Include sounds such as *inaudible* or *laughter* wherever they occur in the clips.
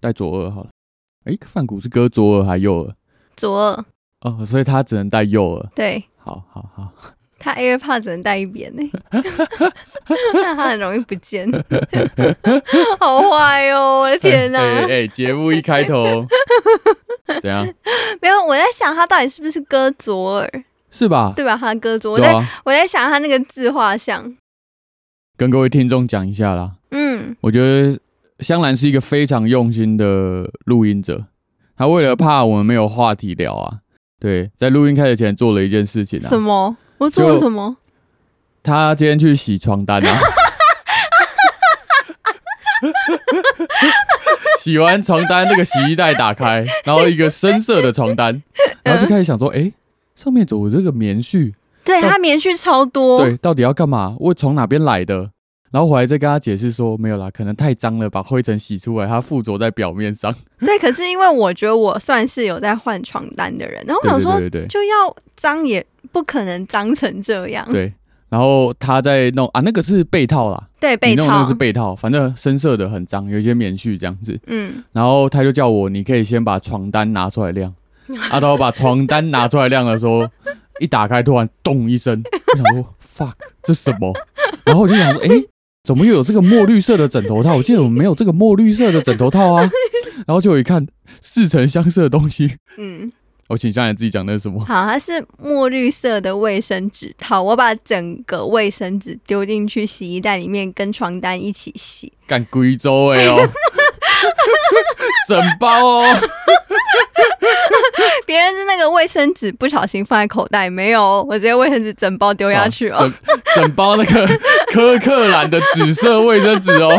带左耳好了。诶，范谷是割左耳还右耳？左耳，哦，所以他只能戴右耳。对好好好，他 AirPod 只能带一边呢、 *laughs* 那他很容易不见， *laughs* 好坏哦！我的天 *laughs* 哪、哎哎、哎节目一开 *laughs* 头怎样？没有，我在想他到底是不是割左耳，是吧？对吧？他割左，我对在、啊，我在想他那个自画像，跟各位听众讲一下啦。嗯，我觉得香兰是一个非常用心的录音者，他为了怕我们没有话题聊啊，对，在录音开始前做了一件事情啊什，么？我做了就什么？他今天去洗床单啊， *laughs* 洗完床单那个洗衣袋打开，然后一个深色的床单，然后就开始想说，诶，上面怎么有这个棉絮？对但他棉絮超多，对，到底要干嘛？我从哪边来的？然后回来再跟他解释说，没有啦，可能太脏了，把灰尘洗出来，它附着在表面上。 *laughs* 对，可是因为我觉得我算是有在换床单的人，然后我对想对说，对对对就要脏也不可能脏成这样，对。然后他在弄啊，那个是被套啦，对，被你弄的那套啊个是，被套，反正深色的很脏，有一些棉絮这样子。嗯，然后他就叫我，你可以先把床单拿出来 *laughs* 晾。啊，当我把床单拿出来晾的时候，一打开突然咚一声，我想说 fuck 这什么？然后我就想说，哎、怎么又有这个墨绿色的枕头套？我记得我没有这个墨绿色的枕头套 *laughs* 啊。然后就一看，似曾相识的东西。嗯，我请下来自己讲那是什么？好，它是墨绿色的卫生纸套，我把整个卫生纸丢进去洗衣袋里面，跟床单一起洗。 *laughs* 干贵州哎哦，整包哦。别人是那个卫生纸不小心放在口袋，没有哦，我直接卫生纸整包丢下去哦。整啊整包那个柯克兰的紫色卫生纸哦，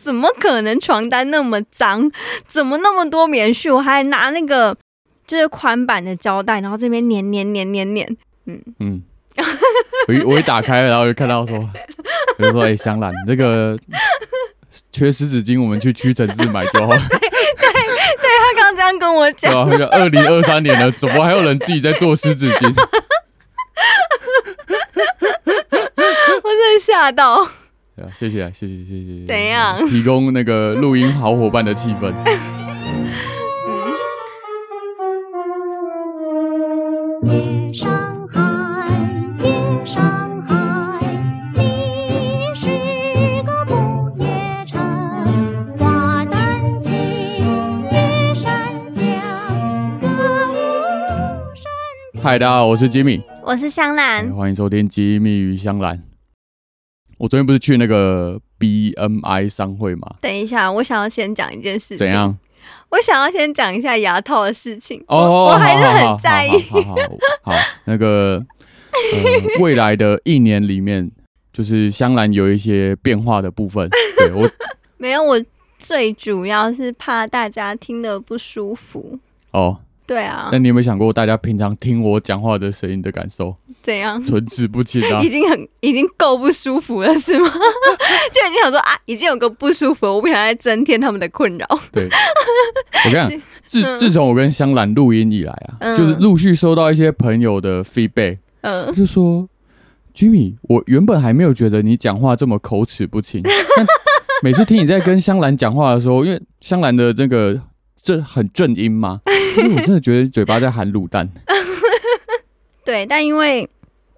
怎么可能床单那么脏？怎么那么多棉絮？我还拿那个就是宽版的胶带，然后这边粘粘粘粘哎粘。嗯，我一我一打开，然后就看到说，我就说，哎、香兰，你这个缺湿纸巾，我们去屈臣氏买就好了，他刚刚 *laughs* 这样跟我对讲，吧、啊？二零二三年了，怎么还有人自己在做湿纸巾？ *laughs* *laughs* 我真的吓到。对啊，谢谢啊，谢谢，谢谢，怎样提供那个录音好伙伴的气 *laughs* 氛。嗯，夜上海，夜上海，你是个不夜城。花灯起，夜山响，歌舞升。嗨，大家好，我是吉米，我是香兰，欢迎收听《吉米与香兰》。我昨天不是去那个 BMI 商会嘛？等一下，我想要先讲一件事情。怎？样？我想要先讲一下牙套的事情。哦哦，我我还是好好很在意。好好好好好，那个、 *laughs* 呃、未来的一年里面，就是香兰有一些变化的部 *laughs* 分。对我没有，我最主要是怕大家听得不舒服。哦，对啊那，你有没有想过，大家平常听我讲话的声音的感受？怎样？唇齿不清啊已！经很已经够不舒服了，*laughs* 是吗？就已经想说啊，已经有个不舒服了，我不想再增添他们的困扰。对，我跟你 *laughs* 讲，自自从我跟香兰录音以来啊，嗯就是陆续收到一些朋友的 feedback， *laughs* 嗯，就说，Jimmy，我原本还没有觉得你讲话这么口齿不 *laughs* 清，但每次听你在跟香兰讲话的时候，因为香兰的这个这很正音嘛，因为我真的觉得嘴巴在含卤蛋。对，但因为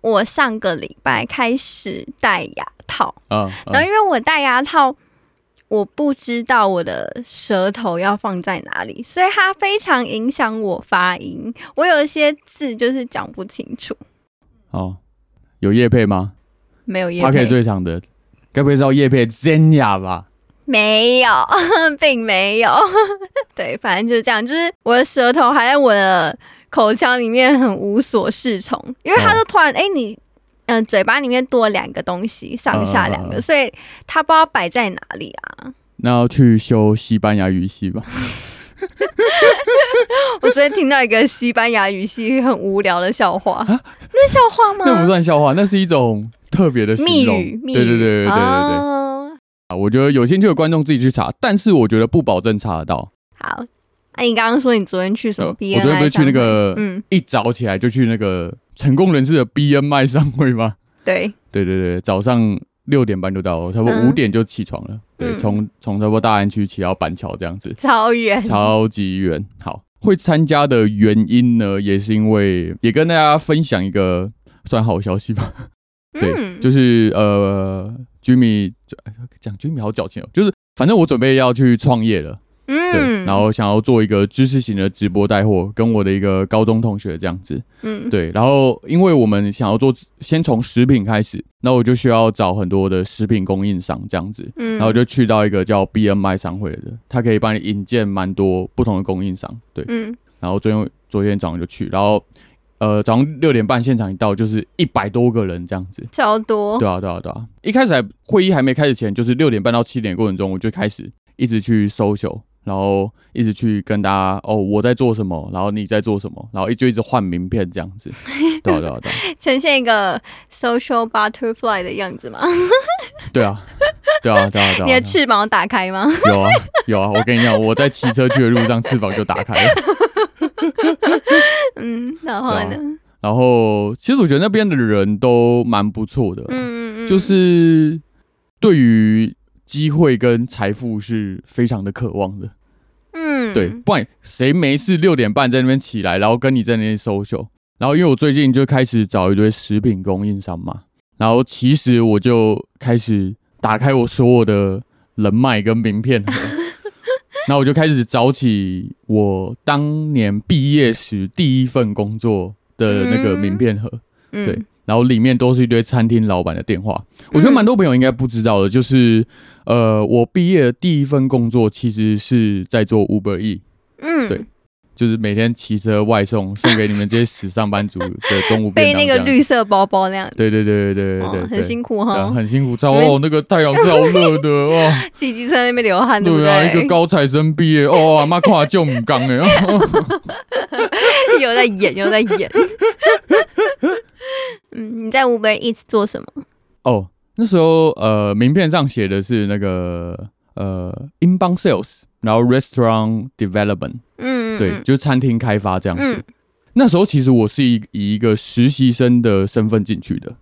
我上个礼拜开始戴牙套，啊、嗯然后因为我戴牙套，我不知道我的舌头要放在哪里，所以它非常影响我发音。我有一些字就是讲不清楚，哦，有叶配吗？没有也他可以最长的，该不会是要叶配真雅吧？没有， *laughs* 并没有。 *laughs* 对，反正就是这样，就是我的舌头还在我的口腔里面很无所适从，因为它就突然哎、诶你嗯、呃嘴巴里面多两个东西，上下两嗯嗯个，嗯所以它不知道摆在哪里啊。那要去修西班牙语系吧？我昨天听到一个西班牙语系很无聊的笑话，那是笑话吗？啊那不算笑话，那是一种特别的密形容。语，密语，对对对对对对对。哦啊，我觉得有兴趣的观众自己去查，但是我觉得不保证查得到。好，那、哎你刚刚说你昨天去什么呃 BNI 我昨天不是去那个商会嗯，一早起来就去那个成功人士的 BMI 商会吗？ *laughs* 对，对对对，早上六点半就到了，差不多嗯五点就起床了。对，嗯从从差不多大安区骑到板桥这样子，超远，超级远。好，会参加的原因呢，也是因为也跟大家分享一个算好消息吧。对，嗯就是呃，Jimmy 就哎讲 Jimmy 好矫情哦，就是反正我准备要去创业了。对，嗯，然后想要做一个知识型的直播带货，跟我的一个高中同学这样子。嗯，对，然后因为我们想要做，先从食品开始，那我就需要找很多的食品供应商这样子。嗯，然后我就去到一个叫 BMI 商会的，他可以帮你引荐蛮多不同的供应商。对，嗯，然后昨天昨天早上就去，然后呃早上六点半现场一到就是一百多个人这样子。超多，对啊，对啊，对啊！一开始还会议还没开始前，就是六点半到七点过程中，我就开始一直去 social，然后一直去跟大家哦我在做什么，然后你在做什么，然后一就一直换名片这样 *laughs* 子。对啊，对啊，对啊，呈现一个 social butterfly 的样子吗？对啊，对啊，对啊，对啊 *laughs* 你对的啊！翅膀有打开吗？ *laughs* 有啊，有啊！我跟你讲，我在骑车去的路上，翅膀就打 *laughs* 开了。嗯，然后呢对？啊然后，其实我觉得那边的人都蛮不错的，嗯嗯嗯，就是对于机会跟财富是非常的渴望的。嗯，对，不然谁没事六点半在那边起来，然后跟你在那边 social，然后因为我最近就开始找一堆食品供应商嘛，然后其实我就开始打开我所有的人脉跟名片 *laughs* 盒，然后我就开始找起我当年毕业时第一份工作的那个名片盒，嗯，对，然后里面都是一堆餐厅老板的电话。我觉嗯得蛮多朋友应该不知道的，就是呃，我毕业的第一份工作其实是在做 Uber E，嗯，对就是每天骑车外送，送给你们这些死上班族的中午便背当那这个样。绿色包包那样，对对对对对哦对对，很辛苦哈对，很辛苦，超你们哦，那个太阳照热的哦，骑机车那边流汗，不对啊，一个 *laughs* 对？高材生毕业哦，阿妈跨就唔刚哎，哦又在演，又在演。 *laughs* 嗯，你在 Uber Eats 做什么？ *laughs* 哦，那时候呃，名片上写的是那个呃 inbound sales，然后 restaurant development，嗯，对，嗯就是餐厅开发这样子。嗯那时候其实我是以以一个实习生的身份进去的，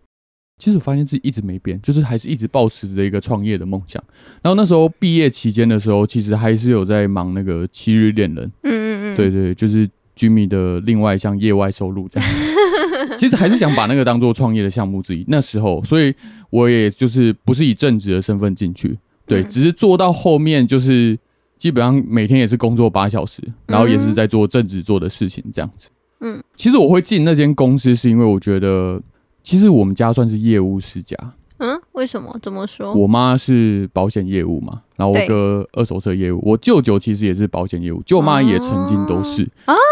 其实我发现自己一直没变，就是还是一直保持着一个创业的梦想。然后那时候毕业期间的时候，其实还是有在忙那个《七日恋人》嗯嗯嗯，对对，就是 Jimmy 的另外一项业外收入这 *laughs* 样子。其实还是想把那个当做创业的项目之一。那时候，所以我也就是不是以正职的身份进去，对，嗯只是做到后面就是基本上每天也是工作八小时，然后也是在做正职做的事情这样子。嗯，其实我会进那间公司是因为我觉得，其实我们家算是业务世家，嗯，为什么？怎么说？我妈是保险业务嘛，然后我哦对哥二手车业务，我舅舅其实也是保险业务，舅妈也曾经都是。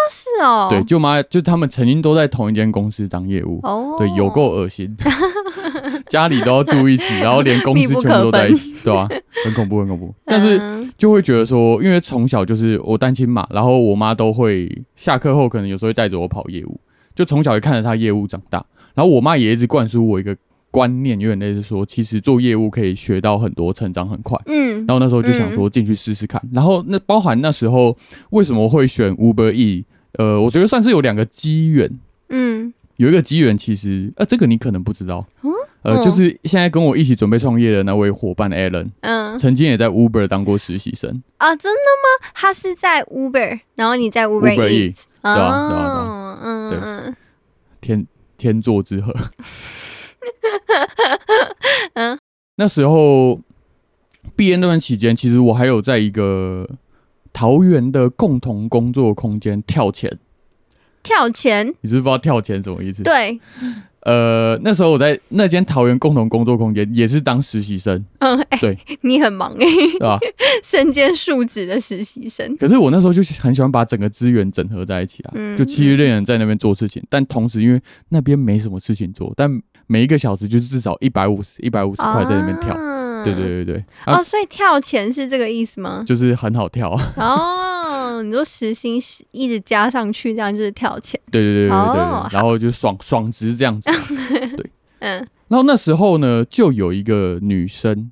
是哦，对，，舅妈就他们曾经都在同一间公司当业务，哦，对，有够恶 *laughs* 心，家里都要住一起，然后连公司密不全可部都在一起，对 *laughs* 吧、很恐怖，很恐怖。但是嗯就会觉得说，因为从小就是我单亲嘛，然后我妈都会下课后可能有时候会带着我跑业务，就从小就看着她业务长大，然后我妈也一直灌输我一个观念，有点类似说，其实做业务可以学到很多，成长很快。嗯然后那时候就想说进去试试看。然后那包含那时候为什么会选 Uber E，呃，我觉得算是有两个机缘，嗯有一个机缘其实呃这个你可能不知道，嗯呃，嗯就是现在跟我一起准备创业的那位伙伴 Alan，嗯曾经也在 Uber 当过实习生，啊，真的吗？他是在 Uber，然后你在 Uber Uber Eats， Eats 对啊对啊对哦嗯对嗯天天作之合。 *laughs* 嗯，那时候毕业那段期间，其实我还有在一个桃园的共同工作空间跳钱，跳钱，你是不是不知道跳钱什么意思？对，呃，那时候我在那间桃园共同工作空间也是当实习生，嗯，哎、对你很忙哎、对吧？ *laughs* 身兼数职的实习生，可是我那时候就是很喜欢把整个资源整合在一起啊，嗯就七日恋人在那边做事情，但同时因为那边没什么事情做，但每一个小时就是至少一百五十、一百五十块在那边跳，啊对对对对，啊？哦，所以跳钱是这个意思吗就是很好跳啊， *laughs* *laughs* 哦，你说时薪是一直加上去，这样就是跳钱。对对对对对对，哦然后就爽爽直这 *laughs* 样子。嗯然后那时候呢，就有一个女生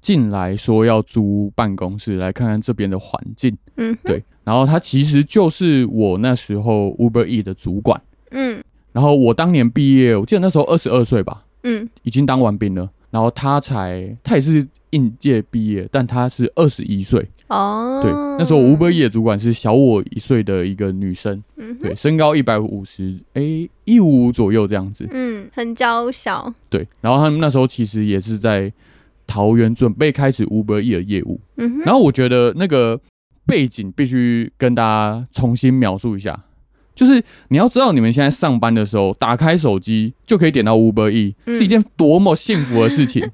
进来说要租办公室，来看看这边的环境。嗯对，然后他其实就是我那时候 Uber E 的主管。嗯然后我当年毕业，我记得那时候二十二岁吧，嗯已经当完兵了。然后他才他也是应届毕业，但他是二十一岁。哦，对，那时候 Uber E 的主管是小我一岁的一个女生，嗯哼对，身高一百五十，哎，一五五左右这样子。嗯，很娇小，对，然后他们那时候其实也是在桃园准备开始 Uber E 的业务。嗯哼， *laughs* 然后我觉得那个背景必须跟大家重新描述一下，就是你要知道，你们现在上班的时候打开手机就可以点到 Uber E，、嗯是一件多么幸福的事 *laughs* 情，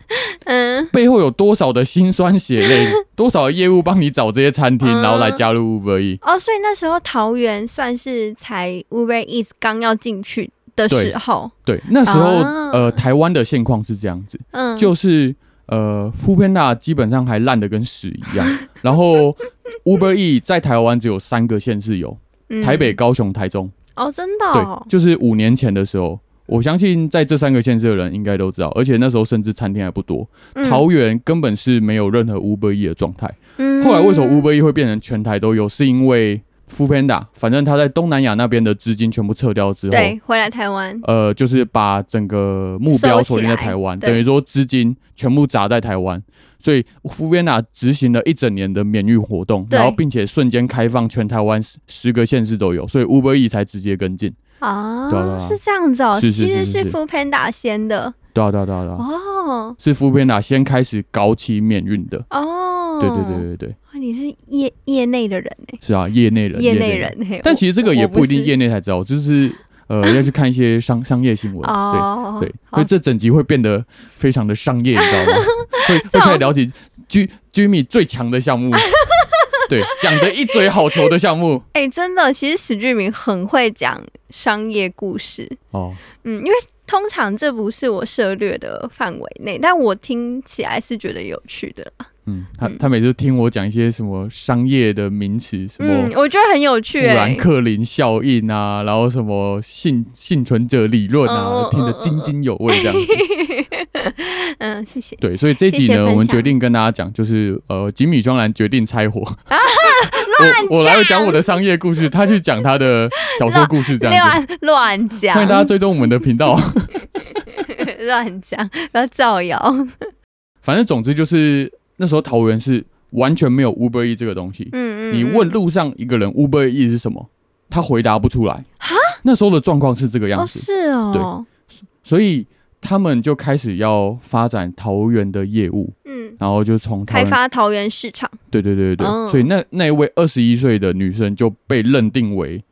嗯，背后有多少的辛酸血泪， *laughs* 多少的业务帮你找这些餐厅，嗯然后来加入 Uber E。哦，所以那时候桃园算是才 Uber Eats 刚要进去的时候，对，那时候、啊呃，台湾的现况是这样子，嗯，就是呃 f o o p a n d a 基本上还烂得跟屎一样，然后 Uber E 在台湾只有三个县市有，嗯台北、高雄、台中。哦，真的、哦对，，就是五年前的时候，我相信在这三个县市的人应该都知道，而且那时候甚至餐厅还不多，嗯桃园根本是没有任何 Uber E 的状态。嗯后来为什么 Uber E 会变成全台都有，是因为 f o o Panda，反正他在东南亚那边的资金全部撤掉之后。对回来台湾，呃，就是把整个目标锁定在台湾，收起来对等于说资金全部砸在台湾，所以 f u 纳执行了一整年的免运活动，对然后并且瞬间开放全台湾十十个县市都有，所以 Uber E 才直接跟进。哦，对啊对啊是这样子哦，是是其是实是是 Food Panda 先的对啊，对啊，对啊，对啊。哦是 f o o p a n d a 先开始搞起免运的。哦，对对对对对，哇，你是业业内的人呢、是啊，业内人，业内人。欸呢、但其实这个也不一定业内内才知道，就是呃 *laughs* 要去看一些商商业新闻。对哦，对，因好为这整集会变得非常的商业，你知道吗？ *laughs* 会会这种开始聊起 G Jimmy 最强的项目， *laughs* 对，讲的一嘴好球的项目。哎、真的，其实史俊明很会讲商业故事，哦，嗯，因为通常这不是我涉略的范围内，但我听起来是觉得有趣的啦。嗯，他嗯他每次听我讲一些什么商业的名词，什么嗯，我觉得很有富趣、兰欸。克林效应啊，然后什么幸幸存者理论啊哦，听得津津有味这样子。 *laughs* 嗯，谢谢。对，所以这一集谢谢分呢，享我们决定跟大家讲，就是呃，吉米双兰决定拆 *laughs* 伙。啊我我来讲我的商业故事，他去讲他的小说故事，这样子。乱乱讲欢，迎大家追踪我们的频道。 *laughs* *laughs* 乱讲，不要造谣。反正总之就是那时候桃园是完全没有 Uber E 这个东西。嗯嗯，你问路上一个人 Uber E 是什么，他回答不出来。那时候的状况是这个嗯样哦，子。是哦，所以他们就开始要发展桃园的业务，嗯，然后就从桃开园，发桃园市场，对对对对对，嗯所以那那一位二十一岁的女生就被认定为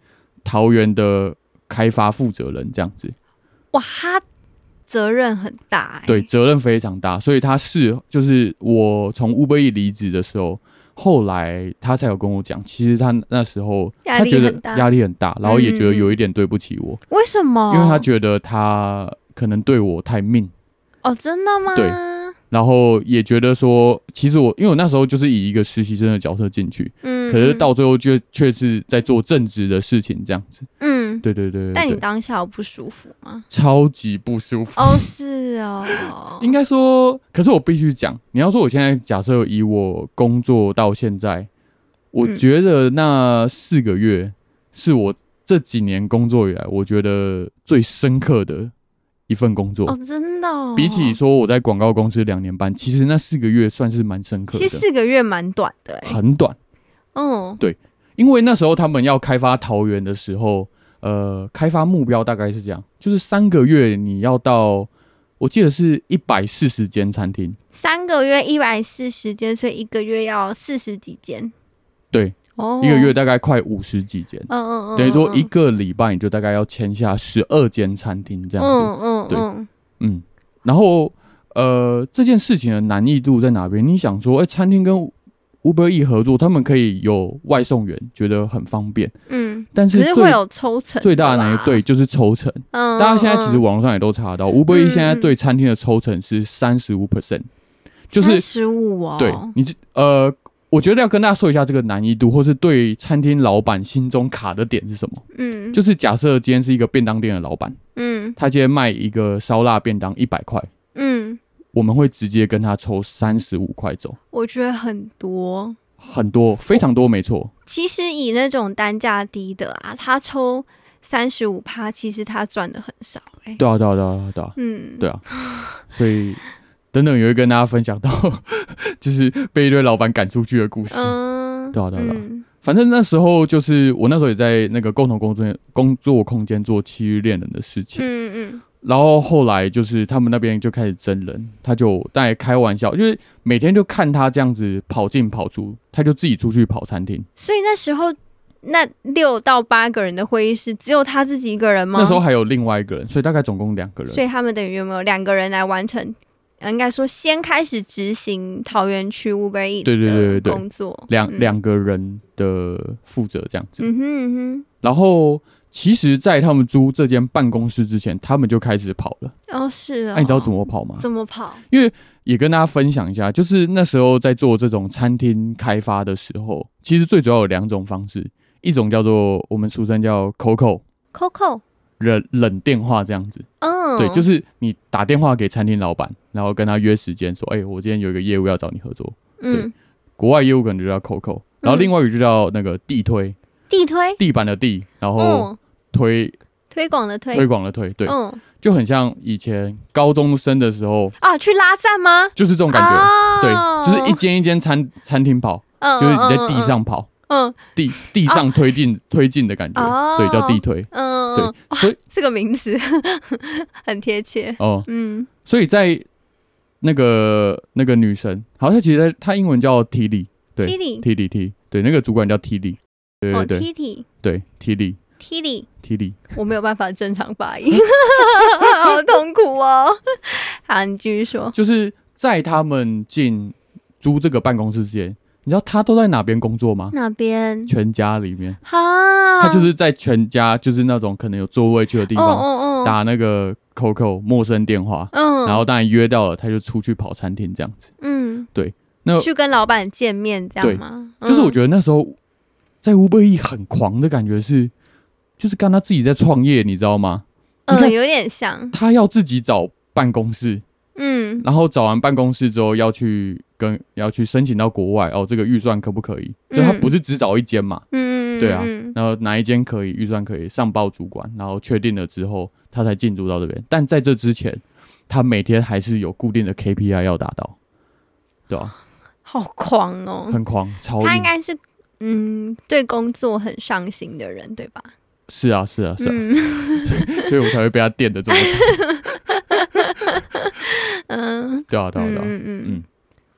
桃园的开发负责人，这样子，哇，他责任很大、欸，对，，责任非常大，所以她是就是我从 Uber E 离职的时候。后来她才有跟我讲，其实她那时候压她力觉得很大压力很大，然后也觉得嗯哦有一点对不起我，为什么？因为她觉得她可能对我太命，哦，真的吗？对然后也觉得说，其实我因为我那时候就是以一个实习生的角色进去，嗯，可是到最后却却是在做正职的事情，这样子。嗯，嗯对对对但对你对，当下有不舒服吗？超级不舒服。哦，是哦， *laughs* 应该说，可是我必须讲，你要说我现在假设以我工作到现在，我嗯觉得那四个月是我这几年工作以来，我觉得最深刻的一份工作。哦，真的、哦，比起说我在广告公司两年半，其实那四个月算是蛮深刻其实的，四个月蛮短的、欸，很短。嗯因为那时候他们要开发桃园的时候，呃，开发目标大概是这样，就是三个月你要到，我记得是一百四十间餐厅，三个月一百四十间，所以一个月要四十几间，对，哦，一个月，大概快五十几间，嗯嗯嗯，等于说一嗯个礼拜你就大概要签下十二间餐厅这样子，嗯嗯对嗯，嗯，然后呃，这件事情的难易度在哪边？你想说，哎、餐厅跟 Uber E 合作，他们可以有外送员，觉得很方便，嗯，但只是是最会有啊抽成，最大的难一易对，就是抽成。嗯，大家现在其实网络上也都查得到，Uber E 嗯现在对餐厅的抽成是三十五 percent，就是十五哦，对你这呃，我觉得要跟大家说一下这个难易度，或是对餐厅老板心中卡的点是什么。嗯，就是假设今天是一个便当店的老板，嗯他今天卖一个烧腊便当一百块，嗯，我们会直接跟他抽三十五块走，我觉得很多。很多非常多，没错，其实以那种单价低的啊，他抽三十五趴，其实他赚的很少哎、欸。对啊，对啊，对啊，对啊，嗯，啊对啊，所以等等，也会跟大家分享到， *laughs* 就是被一堆老板赶出去的故事。嗯，对啊对啊对啊嗯反正那时候就是我那时候也在那个共同工作工作空间做《七日恋人》的事情，嗯嗯然后后来就是他们那边就开始真人，他就大概开玩笑，就是每天就看他这样子跑进跑出，他就自己出去跑餐厅。所以那时候那六到八个人的会议室，只有他自己一个人吗？那时候，还有另外一个人，所以大概总共两个人所。以他们等于有没有两个人来完成？呃应该说，先开始执行桃园区 Uber Eats 对对对对的对工作，两嗯两个人的负责这样子，嗯哼嗯然后其实，在他们租这间办公室之前，他们就开始跑了。哼，哦是那、哦，哎你知道怎么跑吗？怎么跑？也跟大家分享一下，就是那时候在做这种餐厅开发的时候，其实最主要有两种方式，一种叫做我们俗称叫 COCO 扣扣，冷冷电话这样子，嗯，对，就是你打电话给餐厅老板，然后跟他约时间，说，哎、我今天有一个业务要找你合作。嗯，国外业务可能就叫 COCO，然后另外一个就叫那个地推，地推，地板的地，然后嗯，推推广的推，推广的推，对，嗯就很像以前高中生的时候，啊，去拉站吗？就是这种感觉，哦、对，就是一间一间餐餐厅跑，嗯，就是嗯你在地，上跑。嗯地地上推进、推进的感觉，啊哦对，叫地推。嗯，嗯对，，所以这个名词很贴切，哦、嗯所以在那个那个女生，好，她其实她英文叫 T 莉对 Tilly ，T 莉 T，对，那个主管叫 T 莉，对哦对对、 ，T T 对，T 莉 T T， T 莉，我没有办法正常发音， *laughs* 好痛苦哦。好，你继续说。就是在他们进租这个办公室之前，你知道她都在哪边工作吗？那边全家里面，哈，她就是在全家，就是那种可能有座位区的地哦方，哦哦，打那个 COCO 陌生电话，嗯，然后当然约到了，她就出去跑餐厅这样子。嗯，对那去跟老板见面这呃对样吗？嗯就是我得觉得那时候在吴贝义很狂的感觉是，就是刚他自己在创业，你知道吗？你看嗯，有点像，他要自己找办公室，嗯然后找完办公室之后要去跟要去申请到国外哦，这个预算可不可以？就他嗯不是只找一间嘛，嗯，对啊嗯然后哪一间可以，预算可以上报主管，然后确定了之后他才进驻到这边。但在这之前，他每天还是有固定的 KPI 要达到，对吧、好狂哦，很狂，超他应硬，该是嗯对工作很上心的人，对吧？是啊，是啊，是啊，嗯所以我才会被他电的这么惨， *laughs* 嗯对啊，对啊，对啊。嗯嗯。嗯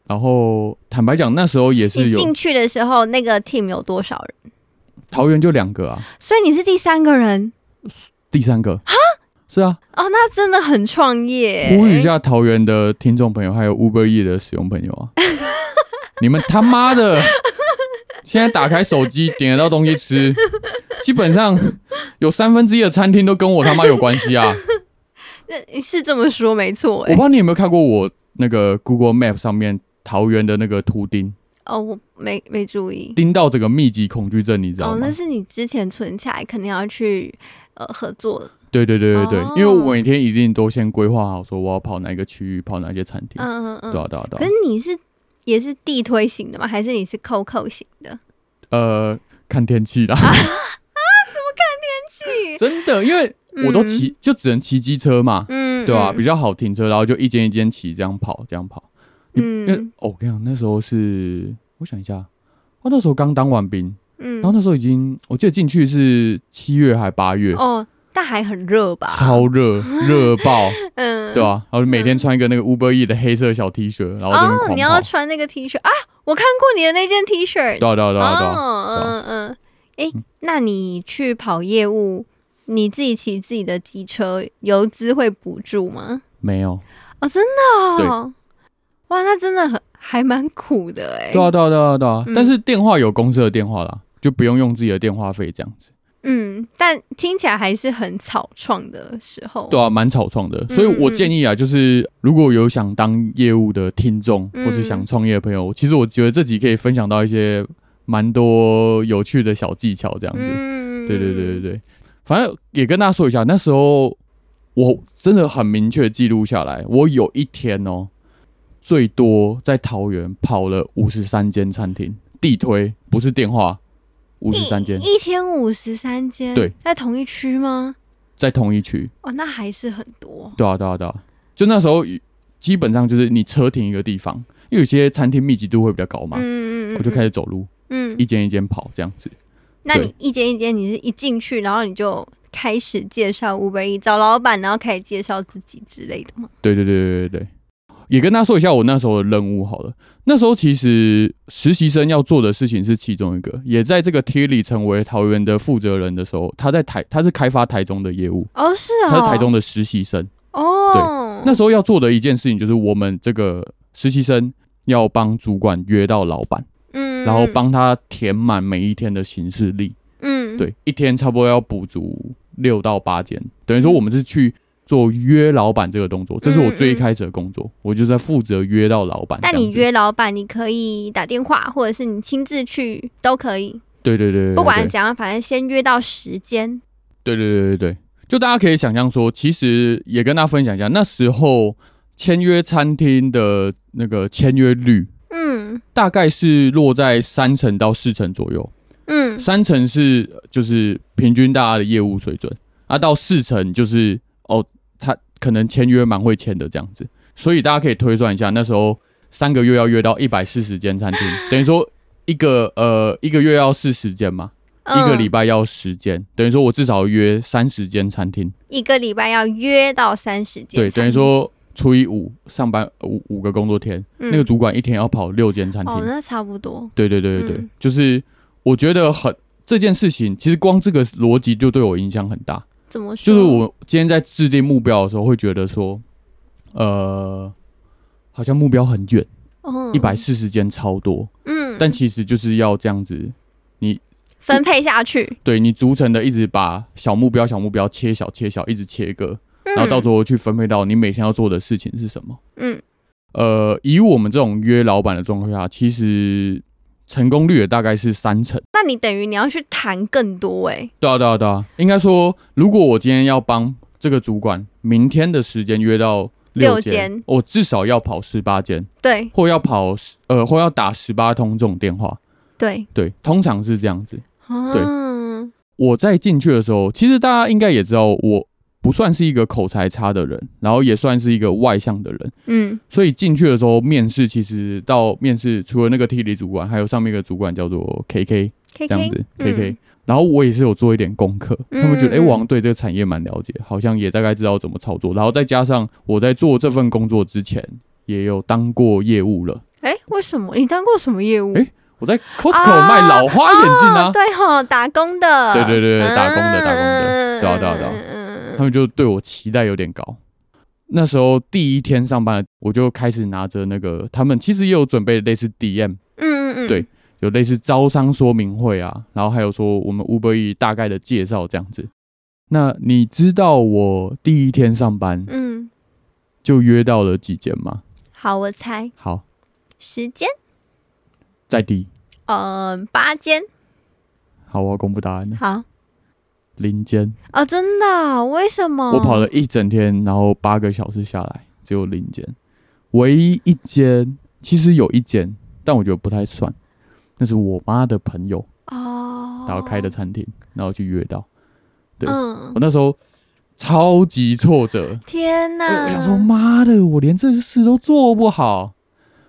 然后坦白讲，那时候也是你有进去的时候，那个 team 有多少人？桃园就两个啊，所以你是第三个人第三个啊，是啊，哦，那真的很创业。欸呼吁一，下桃园的听众朋友，还有 Uber E 的使用朋 *laughs* 友啊，你们他妈的现在打开手机点得到东西吃，基本上有三分之一的餐厅都跟我他妈有关系 *laughs* 啊！那是这么说没错我哎、不知道你有没有看过我那个 Google Map 上面桃园的那个图钉，哦，我没没注意。钉到整个密集恐惧症，你知道哦，吗那？是你之前存起来，肯定要去呃合作。对对对对对，因为哦我每天一定都先规划好，说我要跑哪一个区域，跑哪些餐厅。嗯嗯嗯。对啊，对啊，可对是啊。你是也是地推型的吗？还是你是扣扣型的？呃，看天气 *laughs* 啦。啊，怎么看天气？真的，因为我都骑，就只能骑机车嘛，嗯，对啊，嗯比较好停车，然后就一间一间骑，这样跑，这样跑。因为嗯哦我跟你讲，那时候是，我想一下，我那时候刚当完兵，然后嗯。那时候已经，我记得进去是七月还八月，哦，但还很热吧？超 *laughs* 热，热爆，嗯，啊对啊，然后每天穿一个那个 Uber E 的黑色小 T 恤，然后这边哦，狂你要跑。穿那个 T 恤啊！我看过你的那件 T 恤，对啊，对啊，对啊，对啊。哦，嗯嗯，哎、那你去跑业务，你自己骑自己的机车，油资会补助吗？没有，哦，真的哦，哇，那真的很还蛮苦的哎、对啊，对啊，对啊，对啊。嗯但是电话有公司的电话啦，就不用用自己的电话费这样子。嗯，但听起来还是很草创的时候。对啊，蛮草创的。嗯所以我建议啊，就是如果有想当业务的听众，嗯或是想创业的朋友，其实我觉得这集可以分享到一些蛮多有趣的小技巧这样子。嗯对对对对对，反正也跟大家说一下，那时候我真的很明确记录下来，我有一天哦，最多在桃园跑了五十三间餐厅，地推不是电话，五十三间一天五十三间，对，在同一区吗？在同一区，哦，那还是很多。对啊对啊对啊，就那时候基本上就是你车停一个地方，因为有些餐厅密集度会比较高嘛，嗯嗯嗯，我就开始走路，嗯，一间一间跑这样子。那你一间一间，你是一进去，然后你就开始介绍 Uber E，找老板，然后开始介绍自己之类的吗？对对对对对对，也跟他说一下我那时候的任务好了。那时候其实实习生要做的事情是其中一个，也在这个 t i l 成为桃园的负责人的时候，他在台他是开发台中的业务，哦，是哦，他是台中的实习生。哦，那时候要做的一件事情就是我们这个实习生要帮主管约到老板，嗯，然后帮他填满每一天的行事历。嗯，对，一天差不多要补足六到八间，等于说我们是去做约老板这个嗯动作，这是我最一开始的工作，我就在负责约到老板这但样子。嗯你约老板，你可以打电话，或者是你亲自去都可以，对？对对对对，不管对怎样，反正先约到时间。对对对对对，就大家可以想象说，其实也跟大家分享一下，那时候签约餐厅的那个签约率嗯大概是落在三成到四成左右，嗯三成是呃就是平均大家的业务水准，啊，到四成就是哦，他可能签约蛮会签的这样子，所以大家可以推算一下，那时候三个月要约到一百四十间 *laughs* 餐厅，等于说一个呃一个月要四十间嘛，嗯，一个礼拜要十间，等于说我至少约三十间餐厅，一个礼拜要约到三十间餐对，厅，等于说除以五上班呃五五个工作天，嗯那个主管一天要跑六间餐厅哦，，那差不多。对对对对对，嗯就是我觉得很这件事情，其实光这个逻辑就对我影响很大。怎么说？就是我今天在制定目标的时候，会觉得说，呃，好像目标很远，我一百，四十间超多，嗯，但其实就是要这样子，分配下去，对你逐层的一直把小目标、小目标切小、切小，一直切割，然后到嗯最后去分配到你每天要做的事情是什么。嗯呃，以我们这种约老板的状况下，其实成功率也大概是三成。那你等于你要去谈更多哎、对啊，对啊，对啊。应该说，如果我今天要帮这个主管明天的时间约到六六间间，我至少要跑十八间，对或要跑10呃，或要打十八通这种电话。对，对，通常是这样子。对嗯我在进去的时候，其实大家应该也知道，我不算是一个口才差的人，然后也算是一个外向的人，嗯所以进去的时候面试，其实到面试除了那个替理主管，还有上面一个主管叫做 KK， ，K K 这样子，K K 嗯。然后我也是有做一点功课，嗯他们觉得，哎、嗯我好像对这个产业蛮了解，好像也大概知道怎么操作。然后再加上我在做这份工作之前，也有当过业务了，哎、为什么你当过什么业务？哎我在 Costco 卖老花眼镜啊，啊哦对哈、打工的，对对对对嗯打工的打工的对啊对啊对啊嗯他们就对我期待有点高。那时候第一天上班，我就开始拿着那个，他们其实也有准备类似 DM，嗯嗯，对有类似招商说明会啊，然后还有说我们 Uber E 大概的介绍这样子。那你知道我第一天上班嗯，就约到了几间吗？好，我猜好，时间，再低。呃，八间，好，我要公布答案了，好，零间。哦，真的哦，为什么？我跑了一整天，然后八个小时下来，只有零间。唯一一间，其实有一间，但我觉得不太算，那是我妈的朋友，哦，然后开的餐厅，然后去约到。对嗯我，那时候超级挫折，天我哪，我想说，妈的，我连这事都做不好，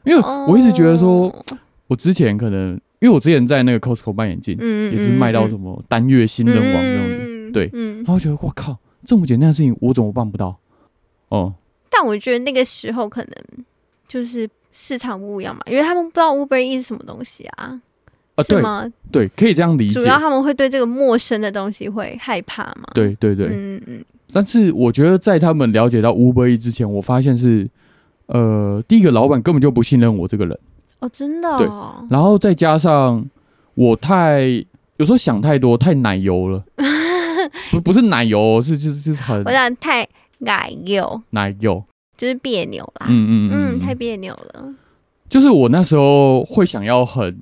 因为我一直觉得说，哦，我之前可能，因为我之前在那个 Costco 卖眼镜，嗯也是卖到什么么单月新人王那种的，嗯对嗯然，后我觉得我靠，这么简单的事情我怎么办不到？哦、但我觉得那个时候可能就是市场不一样嘛，因为他们不知道 Uber E 是什么东西啊，啊，是对吗？对，可以这样理解主，要他们会对这个陌生的东西会害怕嘛？对对对。嗯嗯但是我觉得在他们了解到 Uber E 之前，我发现是，呃，第一个老板根本就不信任我这个人，哦，真的、哦， *laughs* 然后再加上我太有时候想太多，太奶油了，不不是奶油哦，是就是就是很我想太矮幼，奶油，就是别扭啦，嗯嗯嗯嗯，嗯，太别扭了，就是我那时候会想要很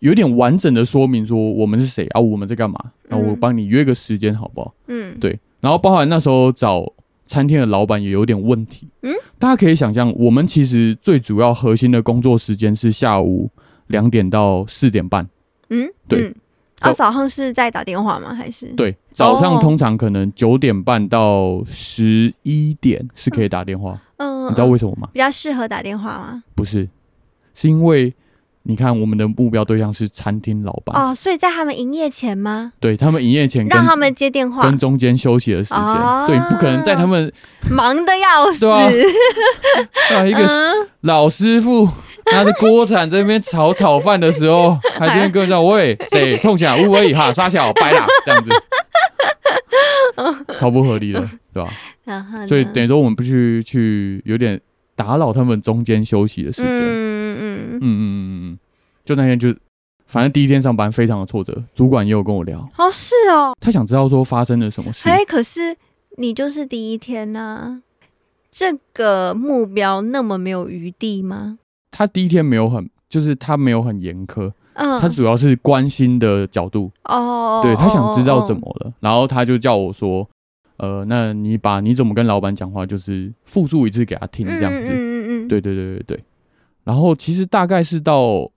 有点完整的说明说我们是谁啊，我们在干嘛，那我嗯帮你约个时间好不好？嗯，对，然后包含那时候找餐厅的老板也有点问题。嗯嗯，大家可以想象，我们其实最主要核心的工作时间是下午两点到四点半。嗯，对嗯啊，早早上是在打电话吗？还是？对，早上哦通常可能九点半到十一点是可以打电话。嗯，你知道为什么吗？比较适合打电话吗？不是，是因为你看我们的目标对象是餐厅老板，哦，所以在他们营业前吗？对他们营业啊前跟让他们接电话跟，中间休息的时间，哦对，你不可能在他 *laughs* 们忙的要死。对啊啊一个嗯老师 *laughs* 傅拿着锅铲在那边炒炒饭的时候，还在那边跟人家喂哎谁冲起来乌龟哈傻小白 *laughs* 啦这样子，超不合 *laughs* 理的，对吧？然后呢所以等于说我们必须去有点打扰他们中间休息的时间。嗯嗯嗯嗯，嗯嗯嗯嗯，就那天就反正第一天上班非常的挫折，主管也有跟我聊，哦是哦，他想知道说发生了什么事。哎，可是你就是第一天呐、这个目标那么没有余地吗？他第一天没有很，就是他没有很严苛，嗯，他主要是关心的角度，哦，对他想知道哦怎么，了，然后他就叫我说，呃，那你把你怎么跟老板讲话，就是复述一次给他听，这样子。嗯嗯嗯嗯，对对对对对。然后其实大概是到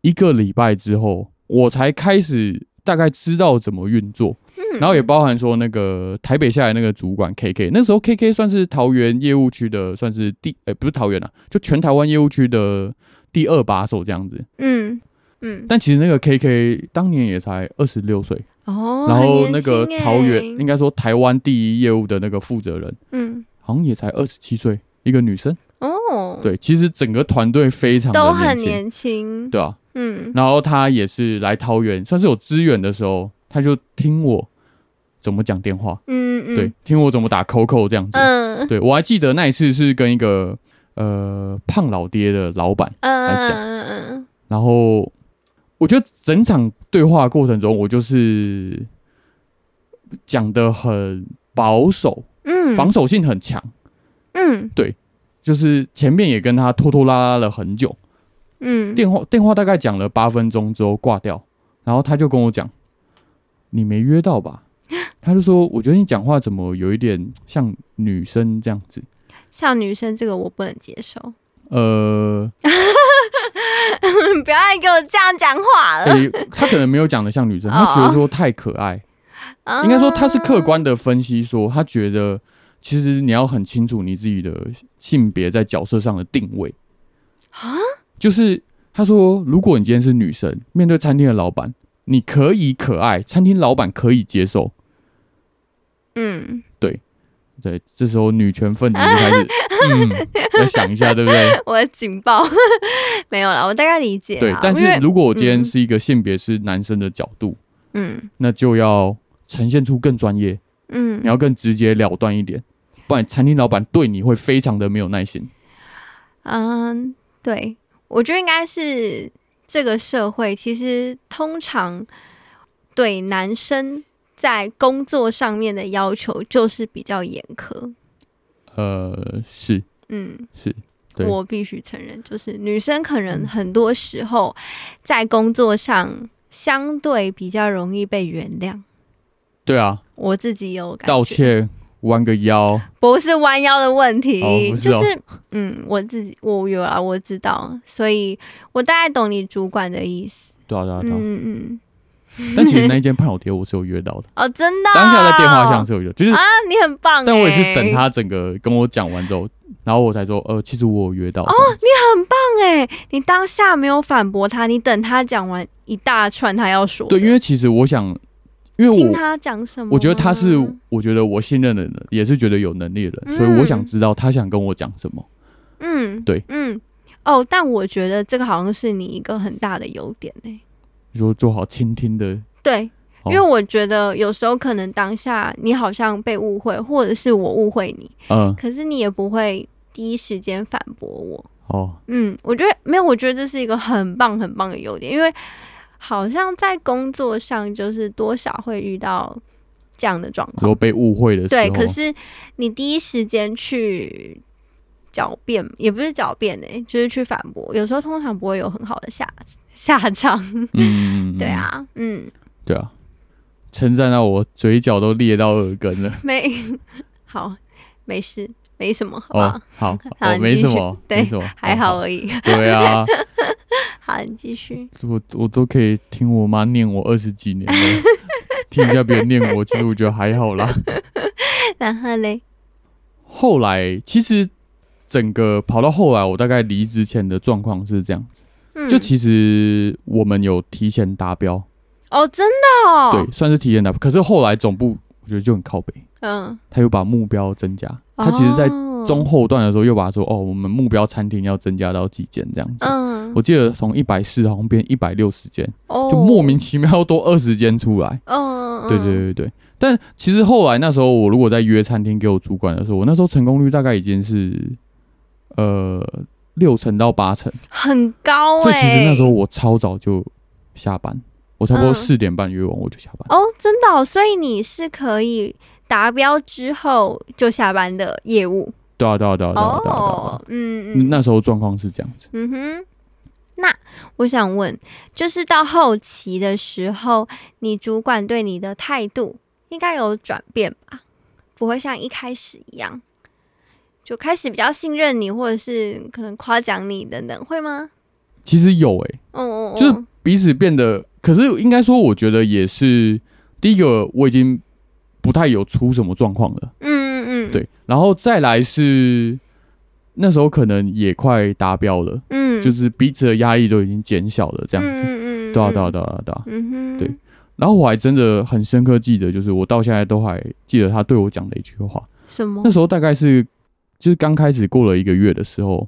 一个礼拜之后，我才开始大概知道怎么运作，嗯，然后也包含说那个台北下来那个主管 KK，那时候 KK 算是桃园业务区的，算是第呃、不是桃园啊，就全台湾业务区的第二把手这样子。嗯嗯但其实那个 KK 当年也才二十六岁，哦，然很后年那个轻桃园欸应该说台湾第一业务的那个负责人，嗯好像也才二十七岁，一个女生。哦，，对，其实整个团队非常都的很年轻，年轻，对啊。嗯然后他也是来桃园，算是有资源的时候，他就听我怎么讲电话，嗯嗯，对，，听我怎么打 COCO 这样子。嗯对我还记得那一次是跟一个呃胖老爹的老板，嗯嗯来讲嗯嗯，然后我觉得整场对话过程中，我就是讲的很保守，嗯防守性很强，嗯就是前面也跟他拖拖拉拉了很久，嗯，电话电话大概讲了八分钟之后挂掉，然后他就跟我讲：“你没约到吧？” *gasps* 他就说：“我觉得你讲话怎么有一点像女生这样子。像女生这个我不能接受，” *laughs* 呃，不要再给我这样讲话了。诶他可能没有讲的像女生，哦他觉得说太可爱。啊应该说他是客观的分析说，他觉得其实你要很清楚你自己的性别在角色上的定位啊，就是他说，如果你今天是女生，面对餐厅的老板，你可以可爱，餐厅老板可以接受。嗯，对，这时候女权分子就开 *laughs* 始，嗯，要想一下，对不对？我的警报 *laughs* 没有了，我大概理解啦。对，啊但因为是如果我今天嗯是一个性别是男生的角度，嗯那就要呈现出更专业，嗯，你要更直截了当一点，不然餐厅老板对你会非常的没有耐心。嗯，对，我觉得应该是这个社会其实通常对男生在工作上面的要求就是比较严苛。呃，是嗯，是，对嗯我必须承认，就是女生可能很多时候在工作上相对比较容易被原谅。对啊，我自己有感觉，道歉，弯个腰，不是弯腰的问题，哦不是哦就是嗯，我自己我有啊，我知道，所以我大概懂你主管的意思。对啊对啊对啊。嗯嗯，但其实那一间胖老爹我是有约到的，哦，真的哦、当下在电话上是有约，就是啊，你很棒、欸，但我也是等他整个跟我讲完之后，然后我才说，呃，其实我有约到。哦，棒哎、你当下没有反驳他，你等他讲完一大串他要说的，对，因为其实我想，因为听我他讲什么，我觉得他是，我觉得我信任的人，也是觉得有能力的人，嗯所以我想知道他想跟我讲什么。嗯，对，嗯。哦，但我觉得这个好像是你一个很大的优点呢、你说做好倾听的，对，哦因为我觉得有时候可能当下你好像被误会，或者是我误会你，嗯，可是你也不会第一时间反驳我。哦，嗯，我觉得没有，我觉得这是一个很棒很棒的优点，因为好像在工作上就是多少会遇到这样的状如果况。被误会的时候，对，可是你第一时间去狡辩，也不是狡辩呢、欸就是去反驳，有时候通常不会有很好的下下场。嗯，对，啊，嗯，对啊，称赞到我嘴角都裂到耳根 *laughs* 了。没好，没事，没什么，好吧，哦，*laughs* 好，好哦，你没继什续么，对没什么， *laughs* 还哦好。而已。对啊，好，你继续。我我都可以听我妈念我二十几年 *laughs* 了，听一下别人念我，其实我觉得还好啦。然后嘞，后来其实整个跑到后来，我大概离职前的状况是这样子，嗯就其实我们有提前达标，哦，真的哦，对，，算是提前达标。可是后来总部我觉得就很靠北，嗯，他又把目标增加，他其实在哦中，后段的时候又把它说哦，我们目标餐厅要增加到几间这样子。嗯，我记得从一百四好像变一百六十间，哦就莫名，其妙多二十间出来。嗯，嗯对对，对对。但其实后来那时候，我如果在约餐厅给我主管的时候，我那时候成功率大概已经是呃六成到八成，很高哎、所以其实那时候我超早就下班，我差不多嗯四点半约完我就下班。哦，真的哦、所以你是可以达标之后就下班的业务对啊对啊对啊对啊对啊对啊对啊哦，嗯嗯嗯，那时候状况是这样子，嗯哼。那我想问，就是到后期的时候，你主管对你的态度应该有转变吧？不会像一开始一样，就开始比较信任你，或者是可能夸奖你等等，会吗？其实有欸诶、嗯嗯，嗯就是彼此变得，可是应该说，我觉得也是第一个，我已经不太有出什么状况了。嗯嗯嗯，，对，然后再来是那时候可能也快达标了，嗯，就是彼此的压力都已经减小了，这样子。嗯嗯嗯，对啊，对啊，嗯，对啊，对啊。嗯哼，对，然后我还真的很深刻记得，就是我到现在都还记得他对我讲的一句话。什么那？时候大概是就是刚开始过了一个月的时候，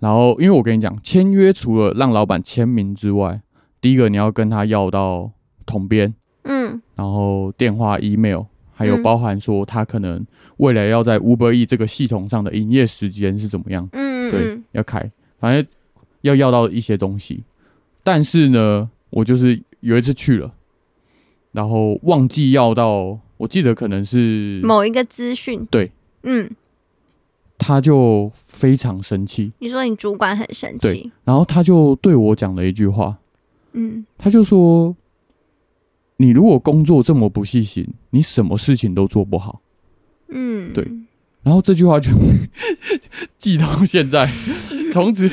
然后因为我跟你讲，签约除了让老板签名之外，第一个你要跟他要到统编，嗯然后电话、email，还有嗯包含说他可能未来要在 Uber E 这个系统上的营业时间是怎么样，嗯，对嗯，要开，反正要要到一些东西。但是呢，我就是有一次去了，然后忘记要到，我记得可能是某一个资讯，嗯对，嗯，他就非常生气，你说你主管很生气对，然后他就对我讲了一句话，嗯，他就说：“你如果工作这么不细心，你什么事情都做不好。”嗯，对，然后这句话就 *laughs* 记到现在， *laughs* 从此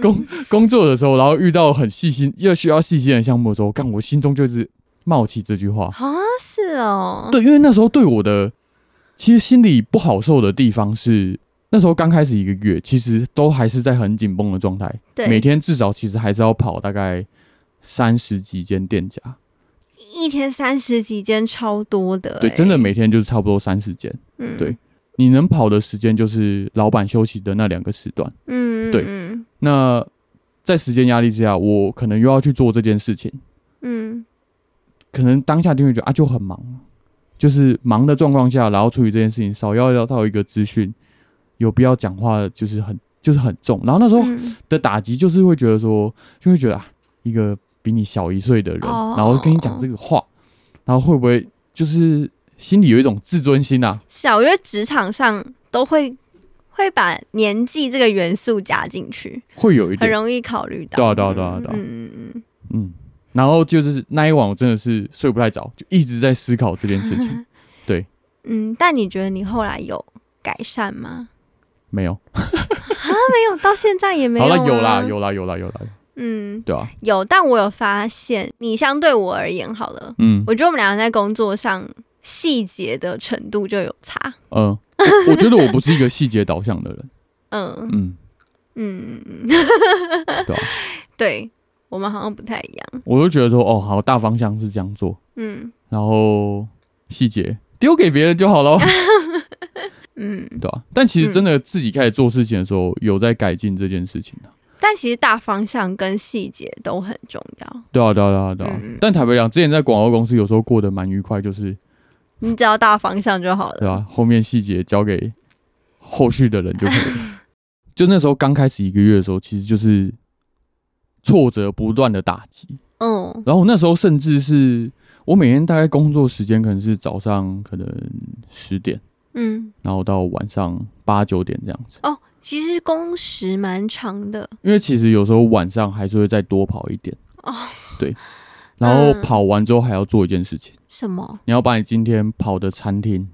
工工作的时候，然后遇到很细心又需要细心的项目的时候，干我心中就是冒起这句话。啊，是哦，对，因为那时候对我的其实心里不好受的地方是，那时候刚开始一个月，其实都还是在很紧绷的状态，对，每天至少其实还是要跑大概三十几间店家，一天三十几间，超多的、对，欸真的，每天就是差不多三十间。嗯对，你能跑的时间就是老板休息的那两个时段。嗯，对嗯那在时间压力之下，我可能又要去做这件事情，嗯，可能当下就会觉得啊就很忙，就是忙的状况下，然后处理这件事情，少要要到一个资讯，有必要讲话就是很就是很重。然后那时候嗯的打击就是会觉得说，就会觉得啊一个比你小一岁的人，哦然后跟你讲这个话，然后会不会就是心里有一种自尊心啊？是啊，我觉得职场上都会会把年纪这个元素加进去，会有一很点，容易考虑到。对啊对啊对啊对啊嗯嗯嗯嗯。然后就是那一晚，我真的是睡不太着，就一直在思考这件事 *laughs* 情。嗯，但你觉得你后来有改善吗？没有，没有，到现在也没有、好啊。了，有啦，，有啦，有啦，有啦，嗯，对啊，有，但我有发现，你相对我而言，好了，嗯我觉得我们两个在工作上细节的程度就有差。嗯，我 *laughs* 我觉得我不是一个细节导向的人，嗯嗯，嗯，嗯对啊， *laughs* 对我们好像不太一样。我就觉得说，哦，好，大方向是这样做，嗯然后细节丢给别人就好了，嗯，对啊。但其实真的自己开始做事情的时候，有在改进这件事情啊，但其实大方向跟细节都很重要。对啊，对啊，对啊，对啊嗯。但坦白讲，之前在广告公司有时候过得蛮愉快，就是你只要大方向就好对了。啊，后面细节交给后续的人就 *laughs* 可以了。就那时候刚开始一个月的时候，其实就是挫折不断的打击，嗯然后我那时候甚至是我每天大概工作时间可能是早上可能十点，嗯，然后到晚上八九点这样子。哦，其实工时蛮长的。因为其实有时候晚上还是会再多跑一点哦对。然后嗯跑完之后还要做一件事情，什么？你要把你今天跑的餐厅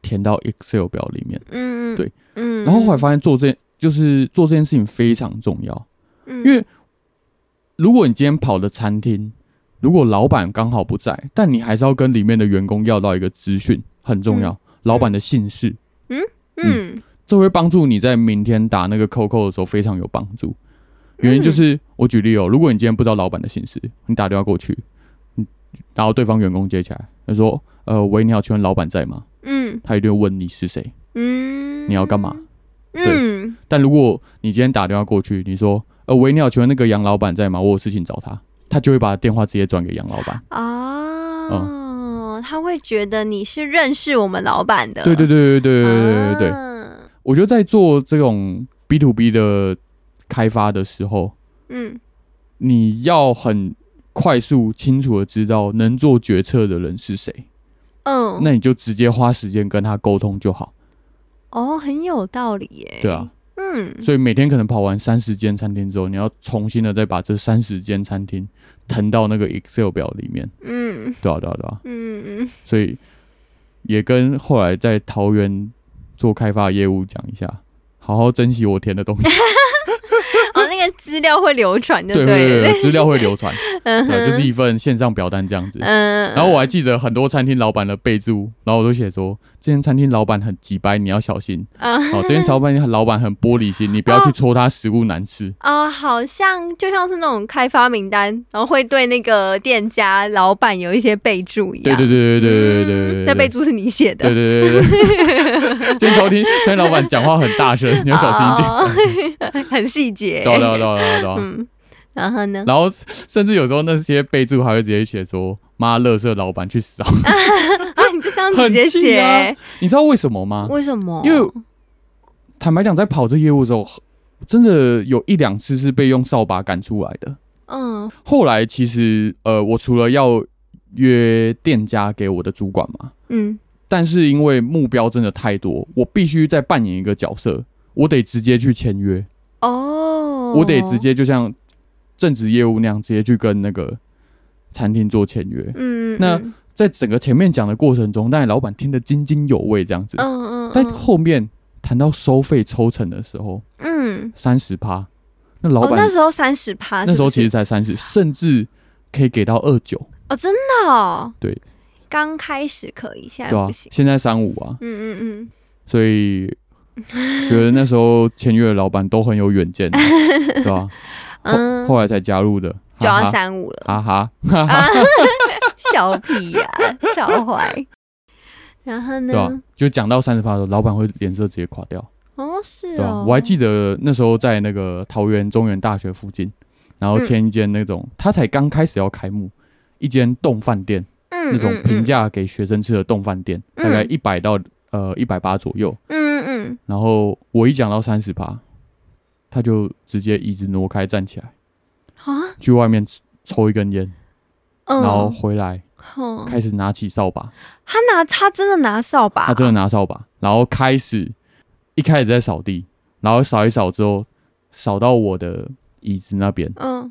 填到 Excel 表里面。嗯，对，嗯。然后后来发现做这就是做这件事情非常重要，因因为如果你今天跑的餐厅，如果老板刚好不在，但你还是要跟里面的员工要到一个资讯，很重要，老板的姓氏。嗯这会帮助你在明天打那个扣扣的时候非常有帮助。原因就是我举例哦，如果你今天不知道老板的姓氏，你打电话过去，你然后对方员工接起来，他说：“呃，喂，你好，请问老板在吗嗯？”他一定会问你是谁，嗯，你要干嘛？嗯，但如果你今天打电话过去，你说：“呃，喂，你好，请问那个杨老板在吗？我有事情找他。”他就会把电话直接转给杨老板。哦，他会觉得你是认识我们老板的，嗯啊对对对对对对对对对对。对，啊我觉得在做这种 B to B 的开发的时候，嗯你要很快速、清楚的知道能做决策的人是谁，嗯，那你就直接花时间跟他沟通就好。哦，很有道理耶，对啊，嗯，所以每天可能跑完三十间餐厅之后，你要重新的再把这三十间餐厅腾到那个 Excel 表里面。嗯对啊，对啊，对啊。嗯嗯，所以也跟后来在桃园做开发的业务讲一下，好好珍惜我填的东 *laughs* 西。哦，那个资料会流传就对对对了，对，资料会流传， *laughs* 嗯对，啊 *laughs* 哼就是一份线上表单这样子。嗯，然后我还记得很多餐厅老板的备注，然后我都写说，这间餐厅老板很急掰，你要小心。嗯好，这间老板老板很玻璃心，你不哦要去戳他食物难吃。啊、好像就像是那种开发名单，然后会对那个店家老板有一些备注一对样。对嗯对对对对对对那对对。备注是你写的。对对对对对， *laughs* 今天餐厅餐厅老板讲话很大声，你要小心一点。一点， *laughs* 很细节。对啊对啊对啊对啊对啊。哦嗯，然后呢？然后甚至有时候那些备注还会直接写说“妈，乐色老板去死啊啊，你就这样直接很气写、啊”， *laughs* 你知道为什么吗？为什么？因为坦白讲，在跑这业务的时候，真的有一两次是被用扫把赶出来的。嗯后来其实呃，我除了要约店家给我的主管嘛，嗯但是因为目标真的太多，我必须再扮演一个角色，我得直接去签约，哦，我得直接就像正职业务那样，直接去跟那个餐厅做签约。嗯，嗯那嗯在整个前面讲的过程中，但老板听得津津有味这样子，嗯嗯，但后面谈到收费抽成的时候，嗯，三十趴，那老哦，板、那时候三十趴，那时候其实实才三十，甚至可以给到二九，哦，真的哦，对，刚开始可以，现在对啊吧、哎不行。现在三五啊，嗯嗯所以觉得那时候签约的老板都很有远见， *laughs* 对吧、嗯嗯，后后来才加入的，就要哈哈三嗯 *laughs* 五了，啊哈哈， *laughs* 笑屁呀、笑坏。然后对吧、啊呢？就讲到三十趴的时候，老板会脸色直接垮掉，哦，是对吧、哦，我还记得那时候在那个桃园中原大学附近，然后嗯签一间那种，他才刚开始要开幕，一间冻饭店。那那种平，价给学生吃的冻饭店，嗯大概一百到呃一百八左右。嗯嗯然后我一讲到三十趴，他就直接椅子挪开站起来，嗯啊，去外面抽抽一根烟，嗯，然后回来嗯开始拿起扫把，他拿他真的拿扫把，他真的拿扫把，然后开始一开始在扫地，然后扫一扫之后，扫到我的椅子那边嗯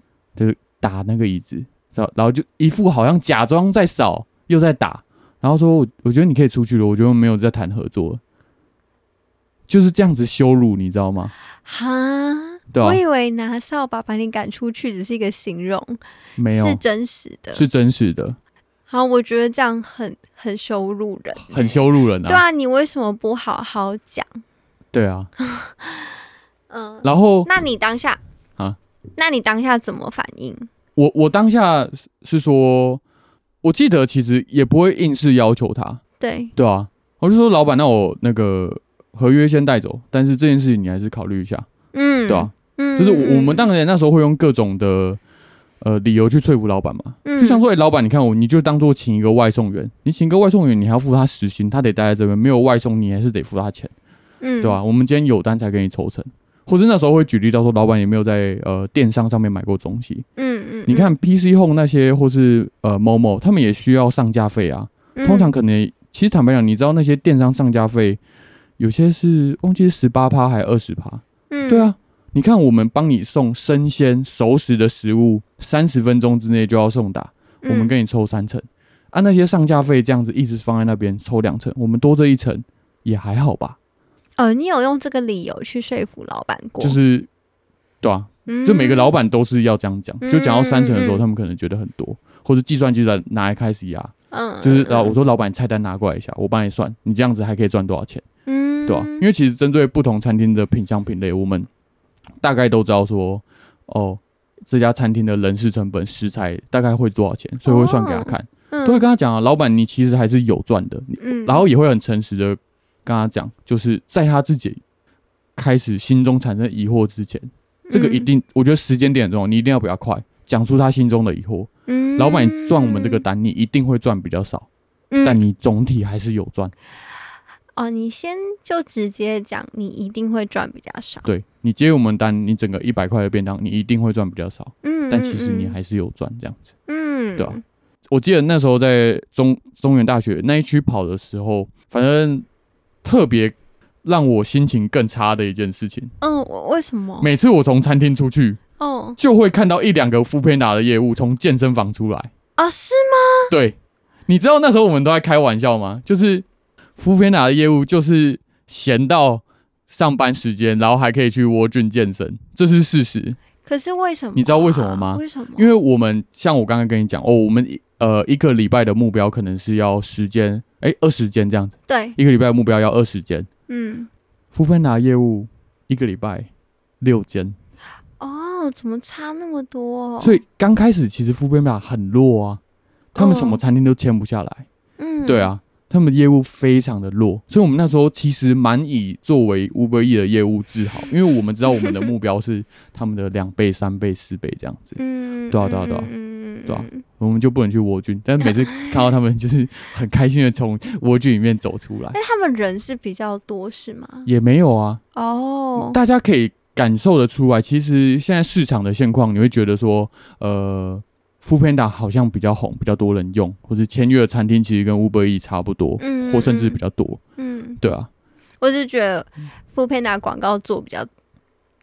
打那个椅子，扫然后就一副好像假装在扫又在打，然后说我我觉得你可以出去了，我觉得没有在谈合作了，就是这样子羞辱，你知道吗？哈，对啊我，以为拿扫把把你赶出去只是一个形容，没有是真实的。是真实的，好，我觉得这样很很羞辱人，很羞辱人啊，对啊，你为什么不好好讲？对啊，嗯，然后那你当下啊，那你当下怎么反应？我我当下是是说，我记得其实也不会硬是要求他，对，对啊，我就说老板，那我那个合约先带走，但是这件事情你还是考虑一下，嗯，对啊，嗯，嗯，就是我我们当当然那时候会用各种的呃理由去说服老板嘛，嗯就像说，哎、老板，你看我，你就当做请一个外送员，你请一个外送员，你还要付他时薪，他得待在这边，没有外送你还是得付他钱，嗯，对吧、我们今天有单才给你抽成，或者那时候会举例到说，老板有没有在呃电商上面买过东西？嗯？嗯嗯，你看 PC Home 那些或是呃某某，他们也需要上架费啊，嗯，通常可能其实坦白讲，你知道那些电商上架费有些是忘记是十八趴还是二十趴，嗯，对啊，你看我们帮你送生鲜熟食的食物，三十分钟之内就要送达，嗯，我们给你抽三成。按、那些上架费这样子一直放在那边抽两成，我们多这一成也还好吧？哦，你有用这个理由去说服老板过，就是，对啊，就每个老板都是要这样讲，就讲到三成的时嗯候，嗯嗯他们可能觉得很多，或者计算机来拿来开始压，嗯，嗯，就是嗯啊，我，说老板菜单拿过来一下，我帮你算，你这样子还可以赚多少钱？嗯，对啊，因为其实针对不同餐厅的品相品类，我们大概都知道说，哦，这家餐厅的人事成本、食材大概会多少钱，所以会算给他看，嗯都会跟他讲啊，老板你其实还是有赚的，你嗯然后也会很诚实的跟他讲，就是在他自己开始心中产生疑惑之前，这个嗯一定，我觉得时间点很重要，你一定要比较快。讲出他心中的疑惑，嗯老板你赚我们这个，单，你一定会赚比较少，嗯但你总体还是有赚。哦，你先就直接讲，你一定会赚比较少。对你接我们单，你整个一百块的便当，你一定会赚比较少，嗯，但其实你嗯还是有赚这样子。嗯，对啊我记得那时候在中中原大学那一区跑的时候，反正特别让我心情更差的一件事情，嗯，我为什么？每次我从餐厅出去，哦就会看到一两个副片打的业务从健身房出来。啊，是 *laughs* 对，你知道那时候我们都在开玩笑吗？就是福片达的业务就是闲到上班时间，然后还可以去窝菌健身，这是事实。可是为什么啊？你知道为什么吗为什么？因为我们像我刚刚跟你讲哦，我们一呃一个礼拜的目标可能是要十间，哎二十间这样子，对，一个礼拜的目标要二十间。嗯，福片达业务一个礼拜六间，哦，怎么差那么多？所以刚开始其实福片达很弱啊，他们什么嗯餐厅都签不下来。嗯，对，啊，他们业务非常的弱，所以我们那时候其实蛮以作为 Uber E 的业务自豪，因为我们知道我们的目标是他们的两倍、三倍、四倍这样子，嗯，对啊对啊对啊嗯，嗯对啊，嗯嗯我们就不能去蜗居。但是每次看到他们，就是很开心的从蜗居里面走出 *laughs* 来，但他们人是比较多是吗？也没有啊，哦，大家可以感受得出来，其实现在市场的现况，你会觉得说，呃。富片达好像比较红，比较多人用，或是签约的餐厅其实跟 Uber E 差不多，嗯或甚至比，较多，嗯，嗯对啊，我是觉得富佩达广告做比较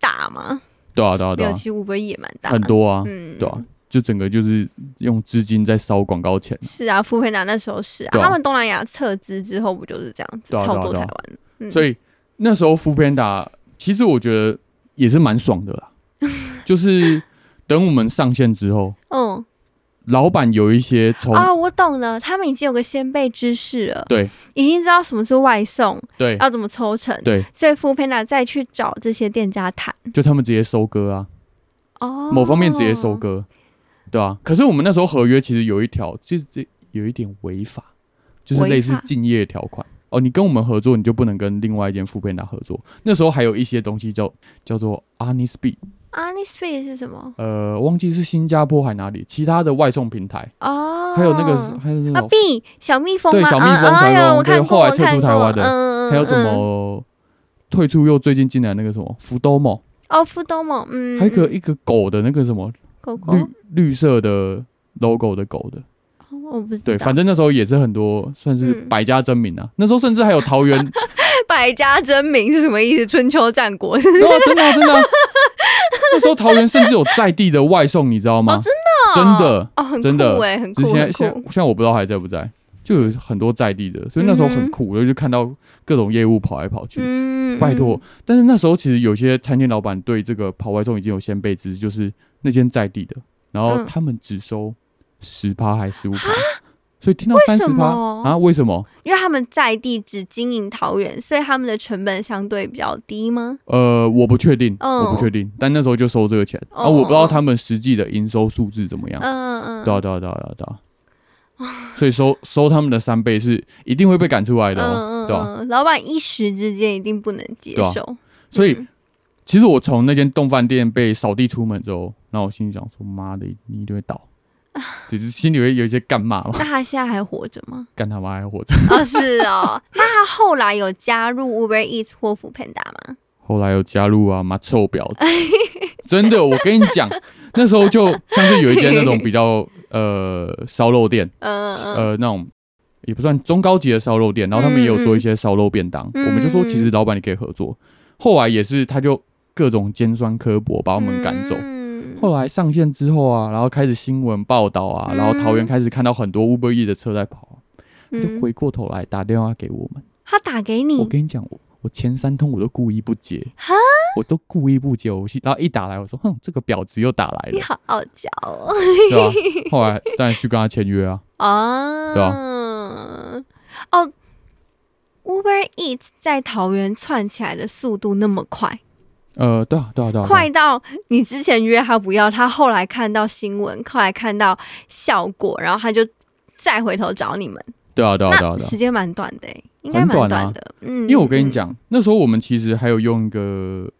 大嘛，对啊，对啊，对啊，六七五不是也蛮大，很，多啊，嗯，对啊，就整个就是用资金在烧广告钱，是啊，富佩达那时候是啊，对啊他们东南亚撤资之后不就是这样子对啊对啊操作对台啊湾？嗯所以那时候富片达其实我觉得也是蛮爽的 *laughs* 啦，就是等我们上线之后，嗯老板有一些从、啊，我懂了，他们已经有个先辈知识了，哦对，已经知道什么是外送，对要怎么抽成，对，所以富佩达再去找这些店家谈就他们直接收割啊，哦，某方面直接收，割，对啊。可是我们那时候合约其实有一条，其实这有一点违法，就是类违似法竞业条款。哦，你跟我们合作，你就不能跟另外一间副片达合作。那时候还有一些东西叫叫做 Honest Bee，啊，你 speed 是什么？呃，忘记是新加坡还哪里，其他的外送平台，哦，还有那个，还有那啊种， ，B 小蜜蜂对吗小蜜啊蜂啊小蜜哎呦蜂我对看过，后来我撤看出台过湾的嗯，嗯还有什嗯么退出又最近进来那个什么福多某，哦，富多蒙，嗯，哦还有一个嗯一个狗的那个什么狗狗，绿绿色的 logo 的狗的，我不知道，对，反正那时候也是很多算是嗯百家争鸣啊。那时候甚至还有桃园， *laughs* 百家争鸣是什么意思？春秋战国是不是对啊，真的啊真的啊，那时候桃园甚至有在地的外送，你知道吗？真的哦，很真的酷哎，很只酷，是现在很现在酷。现在我不知道还在不在，就有很多在地的，所以那时候很嗯哼酷，我就看到各种业务跑来跑去。嗯拜托，，但是那时候其实有些餐厅老板对这个跑外送已经有先辈知识，就是那间在地的，然后嗯他们只收十趴还十五趴，所以听到三什十趴么啊？为什么？因为他们在地只经营桃园，所以他们的成本相对比较低吗？呃，我不确定，嗯我不确定，但那时候就收这个钱，哦啊，我不知道他们实际的营收数字怎么样。嗯嗯，对啊，对啊，对啊，对啊，对啊。所以收收他们的三倍是一定会被赶出来的、哦，嗯嗯对吧、嗯，老板一时之间一定不能接对啊受，所以嗯其实我从那间冻饭店被扫地出门之后，然后我心里想说：“妈的，你一定会倒。”只是心里会有一些干骂嘛，那他现在还活着吗？ *laughs* 干他妈还活着。哦，是 *laughs* 哦，那他后来有加入 Uber Eats 或 f o o Panda 吗？后来有加入啊，妈臭婊 *laughs* 子！真的，我跟你讲，那时候就像是有一间那种比较呃烧肉店，嗯嗯，呃那种也不算中高级的烧肉店，然后他们也有做一些烧肉便当，嗯嗯我们就说其实老板你可以合作。后来也是他就各种尖酸刻薄把我把们赶走，嗯后来上线之后啊，然后开始新闻报道啊，嗯然后桃园开始看到很多 Uber E 的车在跑，他就嗯回过头来打电话给我们。他打给我你，跟你讲，我我前三通我都故意不接哈，我都故意不接。我然后一打来，我说哼，这个婊子又打来你 *laughs* 了，好傲娇哦。对吧、后来啊哦当然去跟他签约啊，啊，对哦， Uber Eats 在桃园窜起来的速度那么快，呃，对啊，对啊，对啊，对啊快到你之前约他不要，他后来看到新闻，后来看到效果，然后他就再回头找你们。对啊，对啊，对啊，那对啊时间蛮短的欸、应该很蛮短短啊的。嗯，因为我跟你嗯，讲，那时候我们其实还有用一个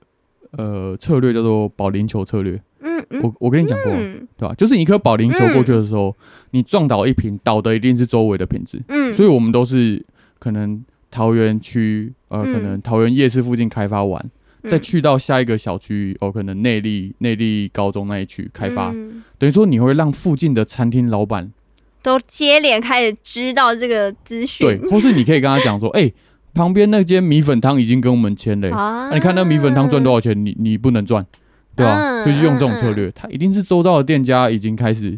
呃策略叫做保龄球策略，嗯嗯，我我跟你讲过，嗯对吧、就是你一颗保龄球过去的时候，你撞倒一瓶，倒的一定是周围的瓶子，嗯，所以我们都是可能桃园区，呃，嗯可能桃园夜市附近开发完，以再去到下一个小区，哦，可能内力内力高中那一区开发，嗯等于说你会让附近的餐厅老 *laughs* 板都接连开始知道这个资讯。对，或是你可以跟他 *laughs* 讲说，哎、旁边那间米粉汤已经跟我们签了、啊啊你看那米粉汤赚多少钱，你你不能赚，对吧、嗯所以就用这种策略，他一定是周遭的店家已经开始，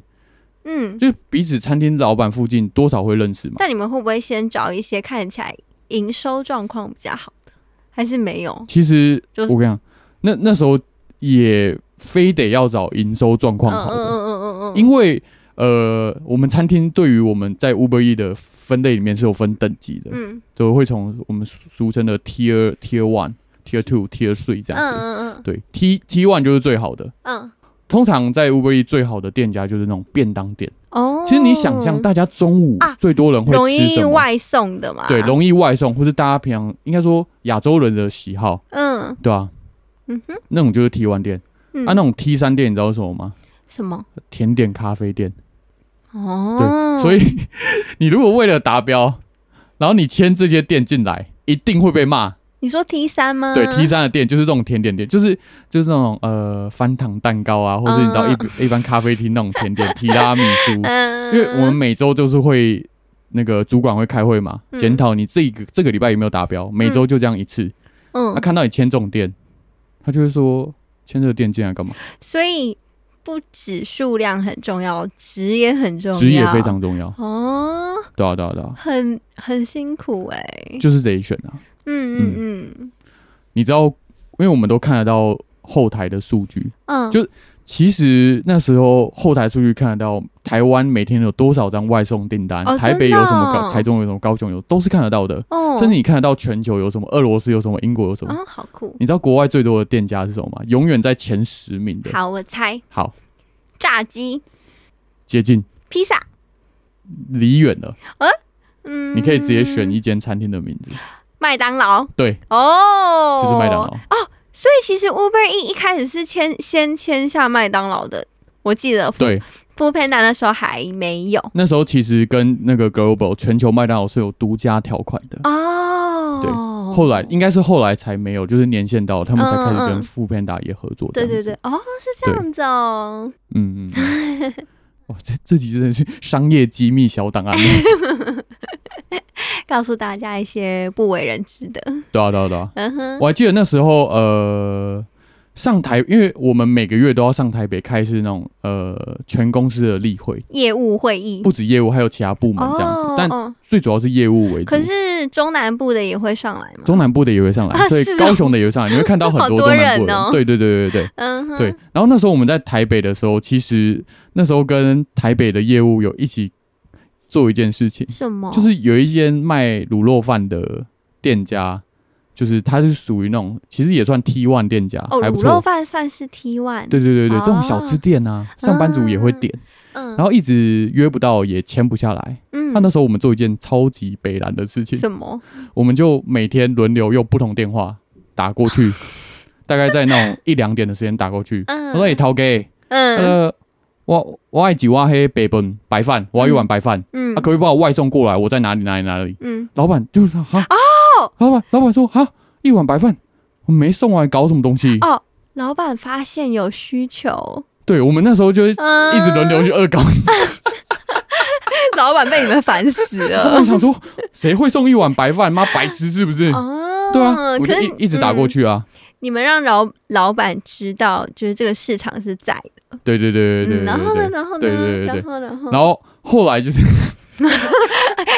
嗯，就是彼此餐厅老板附近多少会认识嘛。但你们会不会先找一些看起来营收状况比较好的，还是没有？其实就我是跟你讲，那那时候也非得要找营收状况好的，嗯嗯因为呃，我们餐厅对于我们在 Uber E 的分类里面是有分等级的，嗯就会从我们俗俗称的 Tier Tier One、Tier Two、Tier Three 这嗯样子。嗯嗯对，T T one 就是最好的。嗯通常在 Uber E 最好的店家就是那种便当店。哦，其实你想象，大家中午啊最多人会容吃易什么？外送的嘛？对，容易外送，或是大家平常应该说亚洲人的喜好，嗯对吧、嗯哼那种就是 T one 店。嗯啊，那种 T 三店你知道是什么吗？什么甜点咖啡店。对，哦，所以 *laughs* 你如果为了达标，然后你签这些店进来，一定会被骂。你说 T 三吗？对，T 三的店就是这种甜点店，就是就是那种呃翻糖蛋糕啊，或是你知道一、一般咖啡厅那种甜 *laughs* 点提拉米苏，嗯，因为我们每周就是会那个主管会开会嘛，嗯检讨你这个这个礼拜有没有达标，每周就这样一次。嗯他、看到你签这种店，他就会说签这个店进来干嘛？所以不止数量很重要，值也很重要，职业非常重要，哦，对啊对啊对 *laughs* 啊，很很辛苦哎、就是得选啊。嗯嗯你知道，因为我们都看得到后台的数据，嗯嗯，就其实那时候后台数据看得到台湾每天有多少张外送订单，哦台北有什么真的哦高，台中有什么，高雄有，都是看得到的。哦，甚至你看得到全球有什么，俄罗斯有什么，英国有什么。啊、好酷。你知道国外最多的店家是什么吗？永远在前十名的。好，我猜好，炸鸡、接近披萨。离远了，嗯，你可以直接选一间餐厅的名字，麦当劳对，哦，就是麦当。劳。所以其实 Uber E 一开始是签先签下麦当劳的，我记得对， Food Panda 那时候还没有那时候其实跟那个 Global 全球麦当劳是有独家条款的。哦。对后来应该是后来才没有，就是年限到了，他们才开始嗯嗯跟富片达也合作。对对对，，哦，是这样子哦。嗯嗯嗯。 *laughs* 哇，这这集真的是商业机密小 *laughs* 档案。告诉大家一些不为人知的。对啊对啊对啊！嗯哼，我还记得那时候，呃，上台，因为我们每个月都要上台北开一次那种呃全公司的例会，业务会议不止业务，还有其他部门这样子。哦但哦最主要是业务为主可。是中南部的也会上来吗？中南部的也会上啊来，所以是哦高雄的也会上来，你会看到很好多多中南部人哦人。对对对对对，嗯哼，对，然后那时候我们在台北的时候，其实那时候跟台北的业务有一起做一件事情，什么？就是有一间卖卤肉饭的店家，就是他是属于那种其实也算 T one 店家，哦，还不卤肉错。饭算是 T one，对对对对，这哦种小吃店啊，上班族也会点，嗯，然后一直约不到，也签不下来。嗯那那时候我们做一件超级北蓝的事情，什么？我们就每天轮流用不同电话打过 *laughs* 去，大概在那种一两点的时间打过去。嗯我说：“你涛给。”嗯呃，我我爱几碗黑白饭白饭，我要一碗白饭，嗯啊，可不可以帮我外送过来？我在哪里哪里哪里？嗯，老板就是他哈，哦老板老板说哈，一碗白饭我没送完，搞什么东西？哦，老板发现有需求，对我们那时候就是嗯， *laughs* 一直轮流，去恶搞，啊 *laughs* 老板被你们烦死 *laughs* 了我。想说谁会送一碗白饭？妈白痴是不是？哦，对啊，我可就是一一直打过、去啊。嗯你们让老老板知道，就是这个市场是在的。对对对对嗯对然后对对。呢，然后呢，对对对然后然后，然后后来就是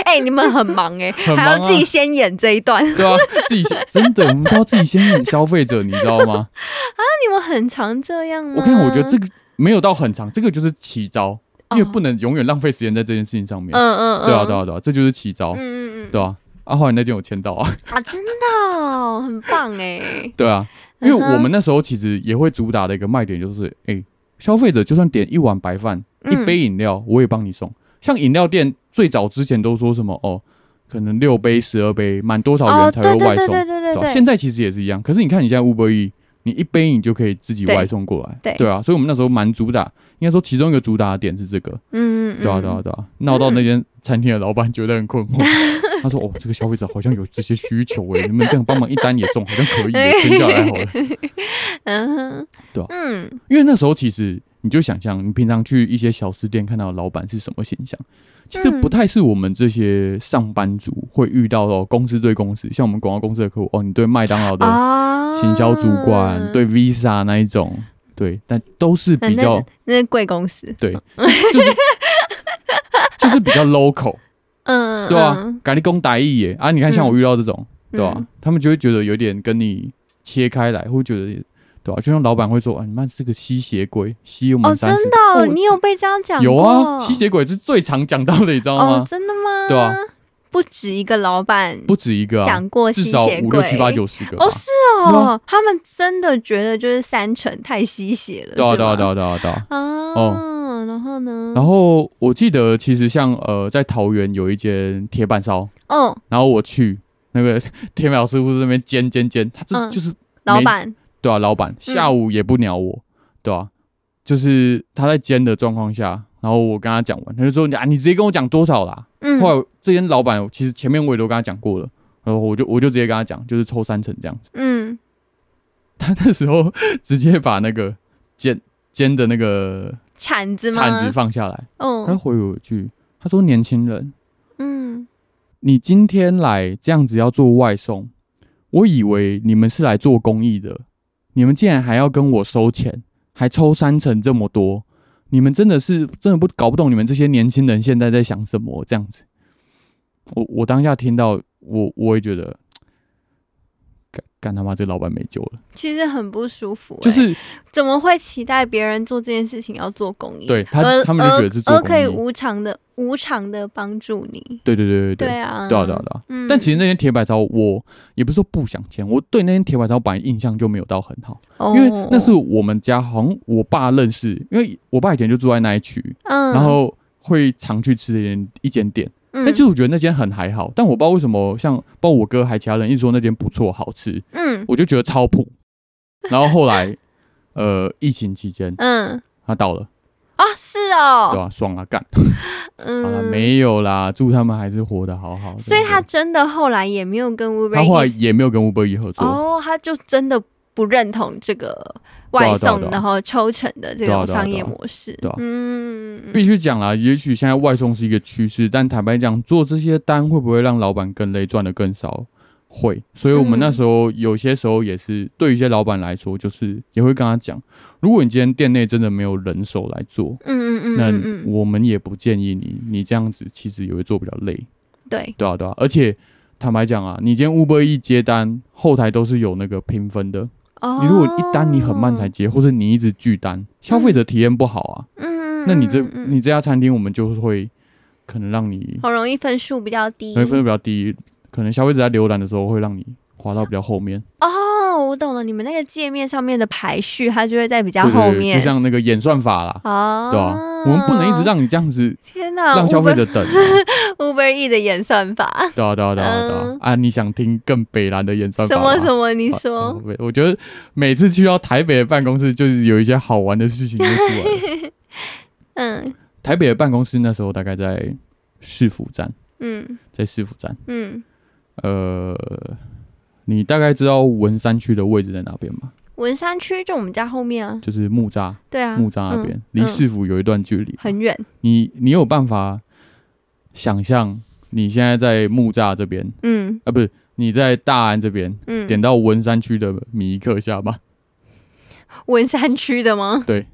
哎、你们很忙 *laughs* 哎、很还忙要啊自己先演这一段，那 *laughs* 对啊，自己先真的，我们都要自己先演消费者，你知道吗？嗯你们很常这样啊吗？我看，我觉得这个没有到很长，这个就是奇招，因为哦不能永远浪费时间在这件事情上面。嗯嗯嗯，啊对啊，对啊，对啊，这就是奇招，嗯嗯嗯，对啊。啊，后来那件我签到啊， *laughs* 啊，真的、哦，很棒哎。对啊，因为嗯哼我们那时候其实也会主打的一个卖点就是，哎、消费者就算点一碗白饭、嗯一杯饮料，我也帮你送。像饮料店最早之前都说什么哦，可能六杯、十二杯，满多少元哦，才对会对外对送，对对对吧对，现在其实也是一样，可是你看你现在 Uber E，你一杯你就可以自己对外送过来，对啊，所以我们那时候蛮主打，应该说其中一个主打的点是这个，嗯嗯，对啊嗯对啊对啊，闹到那间餐厅的老板觉得很困 *laughs* 惑，他说哦，这个消费者好像有这些需求诶，你们这样帮忙一单也送，好像可以耶，签下来好了。嗯哼，对啊嗯，因为那时候其实你就想象，你平常去一些小吃店看到的老板是什么形象，其实嗯不太是我们这些上班族会遇到的、哦。公司对公司，像我们广告公司的客户，哦，你对麦当劳的啊行销主管，嗯对 Visa 那一种，对，但都是比较、啊哦那是贵公司，对，就是 *laughs* 就是比较 local，嗯，对啊嗯，咖喱公打意耶啊！你看像我遇到这种，对吧、嗯他们就会觉得有点跟你切开来，会觉得。对吧、就像老板会说啊，你妈是个吸血鬼，吸我哦，们真三十、的哦，哦你有被这样讲有啊，过吸血鬼是最常讲到的，你知道哦吗，？真的吗？对啊，不止一个老板不止一个啊，讲过吸至血少鬼，五六七八九十个吧哦，。是对啊哦，他们真的觉得就是三成太吸血了，对啊，是对啊，吗对啊，对啊，对啊。哦，然后呢？然后我记得，其实像呃，在桃园有一间铁板烧，哦，然后我去那个 *laughs* 铁板烧师傅这边煎煎煎，他这嗯就是老没板，对啊，老板下午也不鸟我，对啊，就是他在煎的状况下，然后我跟他讲完，他就说啊，你直接跟我讲多少啦。嗯，后来这间老板其实前面我也都跟他讲过了，然后我就我就直接跟他讲，就是抽三成这样子。嗯，他那时候直接把那个煎煎的那个铲子吗？铲子放下来，他哦，回我一句，他说：“年轻人，嗯，你今天来这样子要做外送，我以为你们是来做公益的，你们竟然还要跟我收钱，还抽三成这么多，你们真的是真的不搞不懂你们这些年轻人现在在想什么这样子。”我我当下听到，我我也觉得，干干他妈这老板没救了，其实很不舒服欸，就是怎么会期待别人做这件事情要做公益？啊对他而他们就觉得是做而而公益可以无偿的无偿的帮助你，对对对对对。啊，对啊，对啊，对啊。嗯但其实那天铁板烧，我也不是说不想签，我对那天铁板烧本来印象就没有到很好，哦因为那是我们家好像我爸认识，因为我爸以前就住在那一区，嗯，然后会常去吃的一间一间店。那但其实我觉得那间很还好，但我不知道为什么，像包括我哥还其他人一直说那间不错好吃，嗯我就觉得超 *laughs* 普。然后后来，呃，疫情期间嗯他到了，啊是对哦，吧、爽啊，干，好啦，嗯，没有啦，祝他们还是活得好好的。所以他对真的后来也没有跟 Uber，他后来 Eats- 也没有跟 Uber E 合作，哦，他就真的不认同这个外对啊对啊送对啊然后抽成的这对啊种对啊商对业啊模式对啊，嗯，必须讲啦，也许现在外送是一个趋势，但坦白讲，做这些单会不会让老板更累，赚的更少？会，所以我们嗯那时候有些时候也是，对于一些老板来说，就是也会跟他讲，如果你今天店内真的没有人手来做，嗯嗯那嗯嗯嗯，我们也不建议你，你这样子其实也会做比较累，对，对啊，对啊，而且坦白讲啊，你今天 Uber 一接单，后台都是有那个评分的，哦，你如果一单你很慢才接，或者你一直拒单，消费者体验不好啊，嗯，嗯，那你这嗯嗯你这家餐厅，我们就会可能让你好容易分数比较低可能分数比较低，可能消费者在浏览的时候会让你滑到比较后面，哦，我懂了，你们那个界面上面的排序，它就会在比较对后对对，面就像那个演算法啦，哦，对吧、我们不能一直让你这样 *laughs* 子天哪，让消费者 *laughs* 等啊， Uber Uber E 的演算法，对啊对啊对啊对啊嗯啊！你想听更北蓝的演算法什吗？么什么？你啊说，我我觉得每次去到台北的办公室，就是有一些好玩的事情就出来 *laughs* 了。嗯台北的办公室那时候大概在市府站，嗯在市府站，嗯，呃，你大概知道文山区的位置在哪边吗？文山区就我们家后面啊，就是木栅，对啊，木栅那边嗯离嗯市府有一段距离。很远，你你有办法想象你现在在木栅这边嗯啊，不是你在大安这边嗯，点到文山区的米克下吗？文山区的吗？对，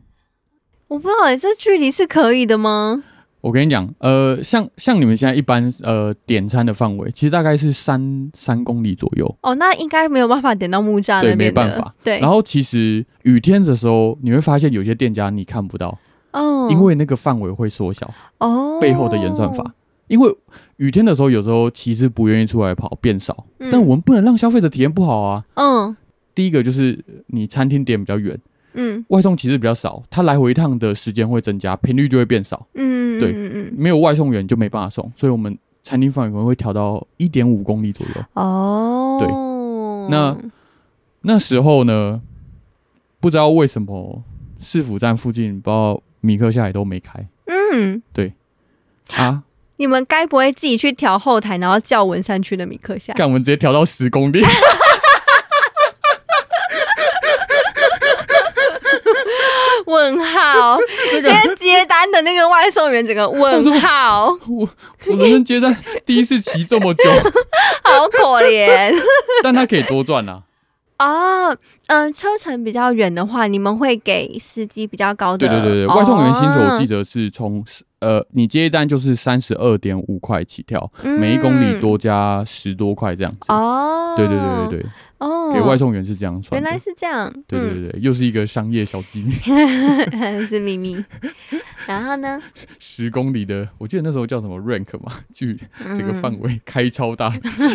我不知道哎、这距离是可以的吗？我跟你讲，呃，像像你们现在一般呃点餐的范围，其实大概是三三公里左右。哦，那应该没有办法点到木栅对那边的，没办法对，然后其实雨天的时候，你会发现有些店家你看不到，哦，因为那个范围会缩小，哦背后的演算法。因为雨天的时候，有时候骑士不愿意出来跑变少，嗯但我们不能让消费者体验不好啊。嗯第一个就是你餐厅点比较远，嗯外送骑士比较少，它来回一趟的时间会增加，频率就会变少，嗯，对嗯嗯没有外送员就没办法送，所以我们餐厅范围可能会调到一点五公里左右。哦，对那那时候呢，不知道为什么市府站附近，不知道米克夏也都没开嗯， *laughs* 啊，你们该不会自己去调后台，然后叫文山区的米克夏？干我们直接调到十公里。问 *laughs* 号，连接单的那个外送员整个问 *laughs* 号，我我人生阶段第一次骑这 *laughs* 么久，好可怜。 *laughs* 但他可以多赚啊。哦，嗯、车程比较远的话，你们会给司机比较高的哦对对对对，外送员薪水我记得、得是从呃，你接一单就是三十二点五块起跳，嗯每一公里多加十多块这样子。哦，对对对对对，哦，给外送员是这样算的。原来是嗯这样，对对对对，又是一个商业小机密。嗯、 *laughs* 是秘密。然后呢，十公里的，我记得那时候叫什么 rank 嘛，距 *laughs* 这个嗯范围开超大，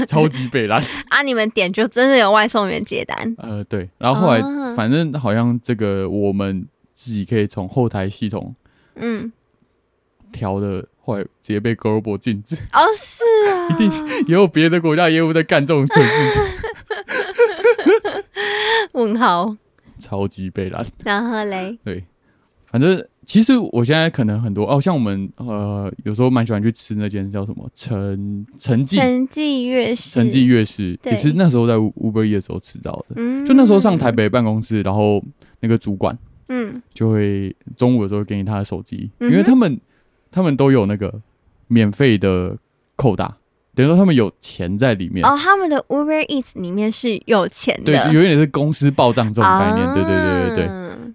超级北 *laughs* 蓝。啊，你们点就真的有外送员接单，呃，对，然后后来、啊反正好像这个我们自己可以从后台系统嗯，调的，后来直接被 g l o b a 禁止。 *laughs* 哦，是啊，一定也有别的国家也有在干这种蠢事情，问号。超级北蓝。然后嘞，对，反正其实我现在可能很多哦，像我们呃有时候蛮喜欢去吃那间叫什么陈陈记陈记月是陈记，粤式，对也是那时候在 Uber E 的时候吃到的。嗯就那时候上台，北办公室，然后那个主管嗯，就会中午的时候给你他的手机，嗯哼因为他们他们都有那个免费的扣打，等于说他们有钱在里面。哦，他们的 Uber Eats 里面是有钱的，对，就有点是公司报账这种概念，啊对对对对对，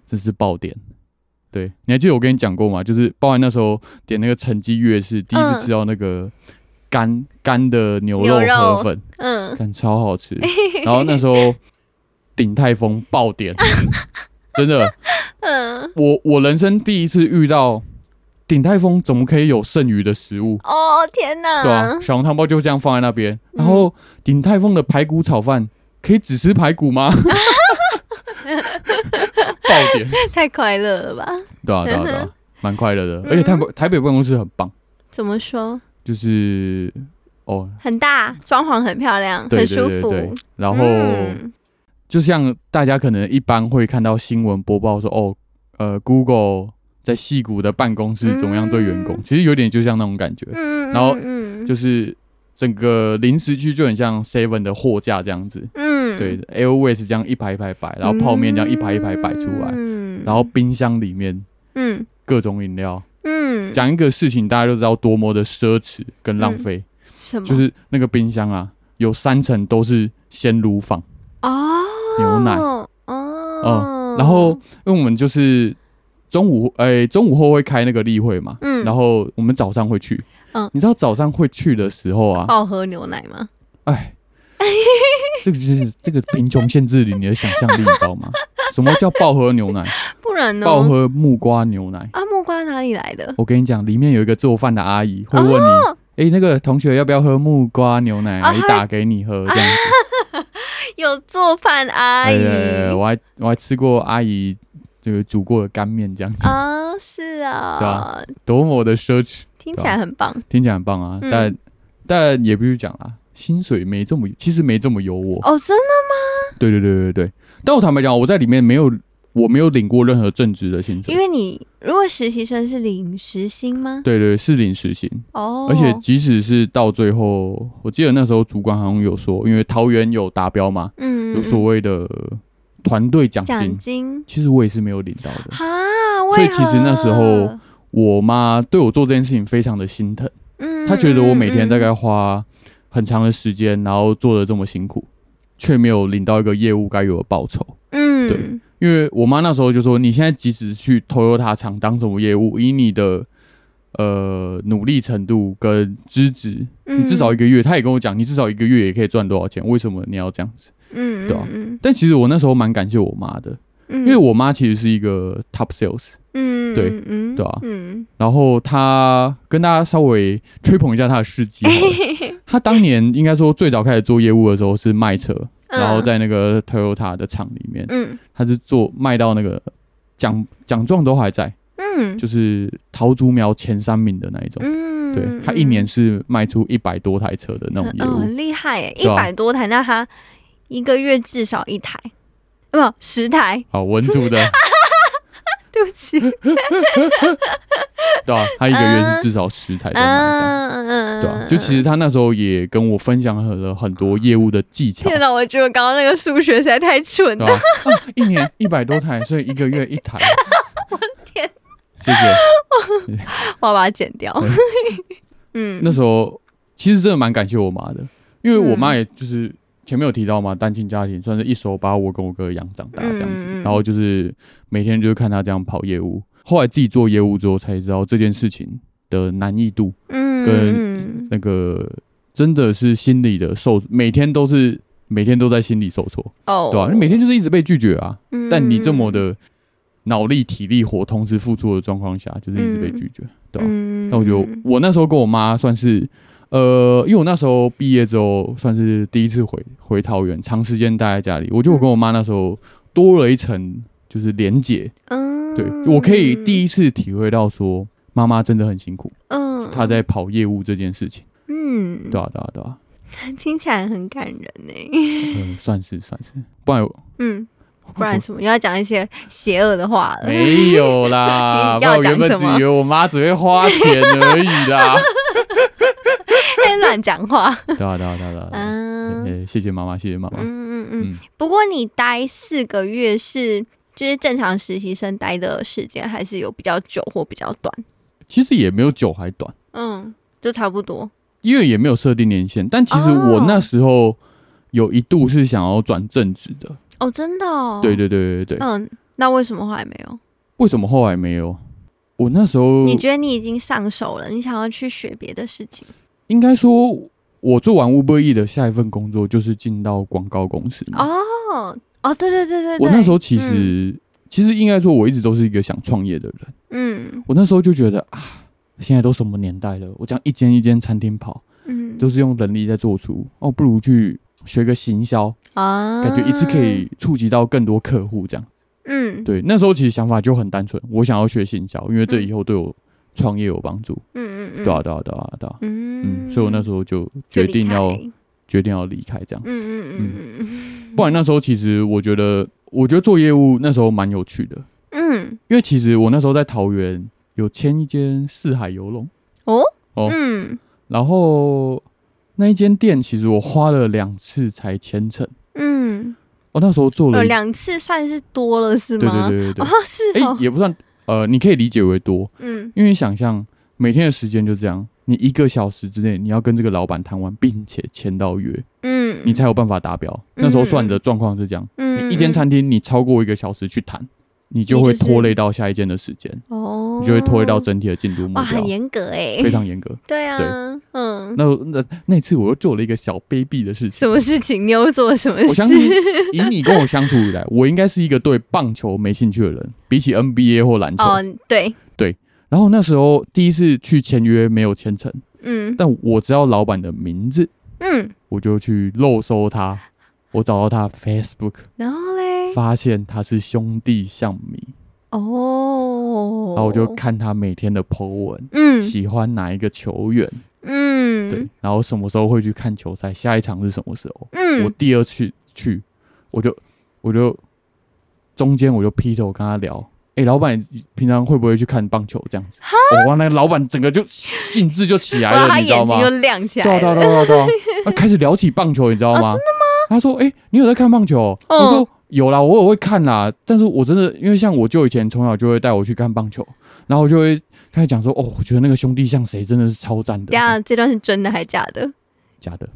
这是爆点。对，你还记得我跟你讲过吗？就是包含那时候点那个陈记粤式，第一次吃到那个干干的牛肉嗯牛肉河 *laughs* 粉，嗯，看超好吃。然后那时候鼎泰丰爆 *laughs* 点，真的，嗯我我人生第一次遇到鼎泰丰怎么可以有剩余的食物？哦天哪，对啊，小笼汤包就这样放在那边，然后鼎泰丰的排骨炒饭可以只吃排骨 *laughs* 吗？爆点， *laughs* 太快乐了吧？对啊对啊对 *laughs* 啊，蛮快乐嗯的，而且台北台北办公室很棒，怎么说？就是哦，很大，装潢很漂亮，对很对舒对服。对，然后。嗯就像大家可能一般会看到新闻播报说，哦，呃，Google 在戏谷的办公室怎么样对员工，嗯其实有点就像那种感觉，嗯，然后嗯就是整个零食区就很像 Seven 的货架这样子，嗯对，，Airways 这样一排一排摆，然后泡面这样一排一排摆出来，嗯然后冰箱里面嗯各种饮料。嗯，讲一个事情，大家就知道多么的奢侈跟浪费，什么？就是那个冰箱啊，有三层都是鲜乳坊。哦，牛奶嗯哦，然后，因为我们就是中午，哎、中午后会开那个例会嘛，嗯然后我们早上会去，嗯哦你知道早上会去的时候啊，好喝牛奶吗？ *laughs* 哎、这个就是这个贫穷限制了你的想象力，你知道 *laughs* 吗？什么叫爆喝牛奶？不然呢？啊爆喝木瓜牛奶。啊，木瓜哪里来的？ *laughs* 我跟你讲，里面有一个做饭的阿姨会问你，哎、哦那个同学要不要喝木瓜牛奶？啊你打给你喝这样子。有做饭阿对姨对对，哎我还我还吃过阿姨这个煮过的干面这样子，啊，是对啊啊，多么的奢侈。听起来很棒。听起来很棒啊，嗯但但也必须讲啊，薪水没这么，其实没这么优渥。哦，真的对对对对对，但我坦白讲，我在里面没有，我没有领过任何正职的薪水因。为你如果实习生是领时薪吗？对对，是领时薪，哦，而且即使是到最后，我记得那时候主管好像有说，因为桃园有达标嘛，嗯，有所谓的团队奖奖金，金其实我也是没有领到的。哈，所以为其实那时候何，我妈对我做这件事情非常的心疼，嗯她觉得我每天大嗯概花很长的时间，然后做的这么辛苦，却没有领到一个业务该有的报酬。嗯，对因为我妈那时候就说，你现在即使去 Toyota 厂当什么业务，以你的呃努力程度跟资质，嗯你至少一，个月，她也跟我讲，你至少一个月也可以赚多少钱，为什么你要这样子？嗯，对啊嗯嗯但其实我那时候蛮感谢我妈的，因因为我妈其实是一个 top sales，嗯对嗯嗯对啊嗯然后她跟大家稍微吹捧一下她的事迹 *laughs* 好了。她当年应该说最早开始做业务的时候是卖车，嗯然后在那个 Toyota 的厂里面，嗯她是做卖到那个奖奖状都还在，嗯就是桃竹苗前三名的那一种。嗯对，她一年是卖出一百多台车的那种嗯业哦务，很厉害耶，一对啊百多台，那他一个月至少一台，没有十台，好文组 *laughs* 的，对不起，对吧、她一个月是至少十台在卖这样子。嗯对啊，就其实他那时候也跟我分享了很多业务的技巧，天哪，我觉得我刚刚那个数学实在太蠢对了，吧、啊？一年一百多台，所以一个月一 *laughs* 台。我天！ *laughs* 谢谢。我要把它剪掉。 *laughs* 嗯，那时候其实真的蛮感谢我妈的，因为我妈嗯也就是前面有提到嘛，单亲家庭，算是一手把我跟我哥养长大这样子。嗯嗯嗯然后就是每天就是看他这样跑业务，后来自己做业务之后才知道这件事情的难易度，嗯跟那个真的是心理的受，每天都是每天都在心理受挫。哦，对啊，你每天就是一直被拒绝啊，嗯，但你这么的脑力、体力活同时付出的状况下，就是一直被拒绝，对啊。嗯，那我觉得我那时候跟我妈算是，呃，因为我那时候毕业之后算是第一次回回桃园，长时间待在家里，我觉得我跟我妈那时候多了一层就是连结，嗯，对我可以第一，一次体会到说妈妈真的很辛苦，嗯，她在跑业务这件事情，嗯，对啊，对啊，对啊，听起来很感人呢。嗯，算是算是，不然我嗯，不然什么又要讲一些邪恶的话了？ *laughs* 没有啦， *laughs* 你不要然我原本讲只什么以为我妈只会花钱而已啦。乱讲话。对啊，对啊，对啊，对啊对啊。嗯 *laughs* 嗯呃，谢谢妈妈，谢谢妈妈。嗯嗯嗯。不过你待四个月是就是正常实习生待的时间，还是有比较久或比较短？其实也没有酒还短，嗯，就差不多。因为也没有设定年限。但其实哦我那时候有一度是想要转正职的。哦，真的哦。对对对对对。嗯，那为什么后来没有？为什么后来没有？我那时候你觉得你已经上手了，你想要去学别的事情？应该说，我做完 Uber E 的下一份工作就是进到广告公司嘛。哦哦，对对对对对。我那时候其实、其实应该说，我一直都是一个想创业的人。嗯，我那时候就觉得啊，现在都什么年代了，我这样一间一间餐厅跑，嗯嗯，都是用人力在做出，哦，不如去学个行销，啊，感觉一次可以触及到更多客户这样。嗯，对，那时候其实想法就很单纯，我想要学行销，因为这以后对我创业有帮助。嗯嗯嗯，对啊，对啊，对啊，对啊。嗯嗯，所以我那时候候就决定要嗯决定要离开这样嗯子，嗯嗯不然那时候其实我觉得，我觉得做业务那时候蛮有趣的，嗯因为其实我那时候在桃园有签一间四海游龙，哦哦嗯然后那一间店其实我花了两次才签成，嗯，我、那时候做呃了一，两次算是多了是对吗？对对对对，哦是哎、哦，也不算，呃，你可以理解为多，嗯因为想象每天的时间就这样，你一个小时之内你要跟这个老板谈完，并且签到约，嗯，你才有办法达标。嗯那时候算的状况是这样，嗯你一间餐厅你超过一个小时去谈，你就会拖累到下一间的时间，哦你就会拖累到整体的进度目哇很标，严格哎，非常严格。 *laughs* 对啊，嗯，那那那次我又做了一个小卑鄙的事情。什么事情你又做了什么我相事？信以你跟我相处以来，我应该是一个对棒球没兴趣的人，比起 NBA 或篮球。哦对，然后那时候第一次去签约没有签成，嗯但我知道老板的名字，嗯，我就去漏搜他。我找到 *laughs* 他 Facebook，然后嘞，发现他是兄弟象迷，哦，然后我就看他每天的 po 文，嗯喜欢哪一个球员，嗯对，然后什么时候会去看球赛，下一场是什么时候。我嗯第二次去，我就我就中间我就劈头跟他聊，哎、老板你平常会不会去看棒球这样子？我哇，那个老板整个就兴致就起来哇了，他你知道眼吗睛？就亮起对来啊对啊了，哦对啊对啊 *laughs* 对啊，啊开始聊起棒球，你知道吗？真的吗？他说：“哎、你有在看棒球哦？”嗯我说：“有啦，我偶尔会看啦，但是我真的因为像我舅以前从小就会带我去看棒球，然后我就会开始讲说，哦，我觉得那个兄弟像谁真的是超赞的等，一下这段是真的还假的？假的，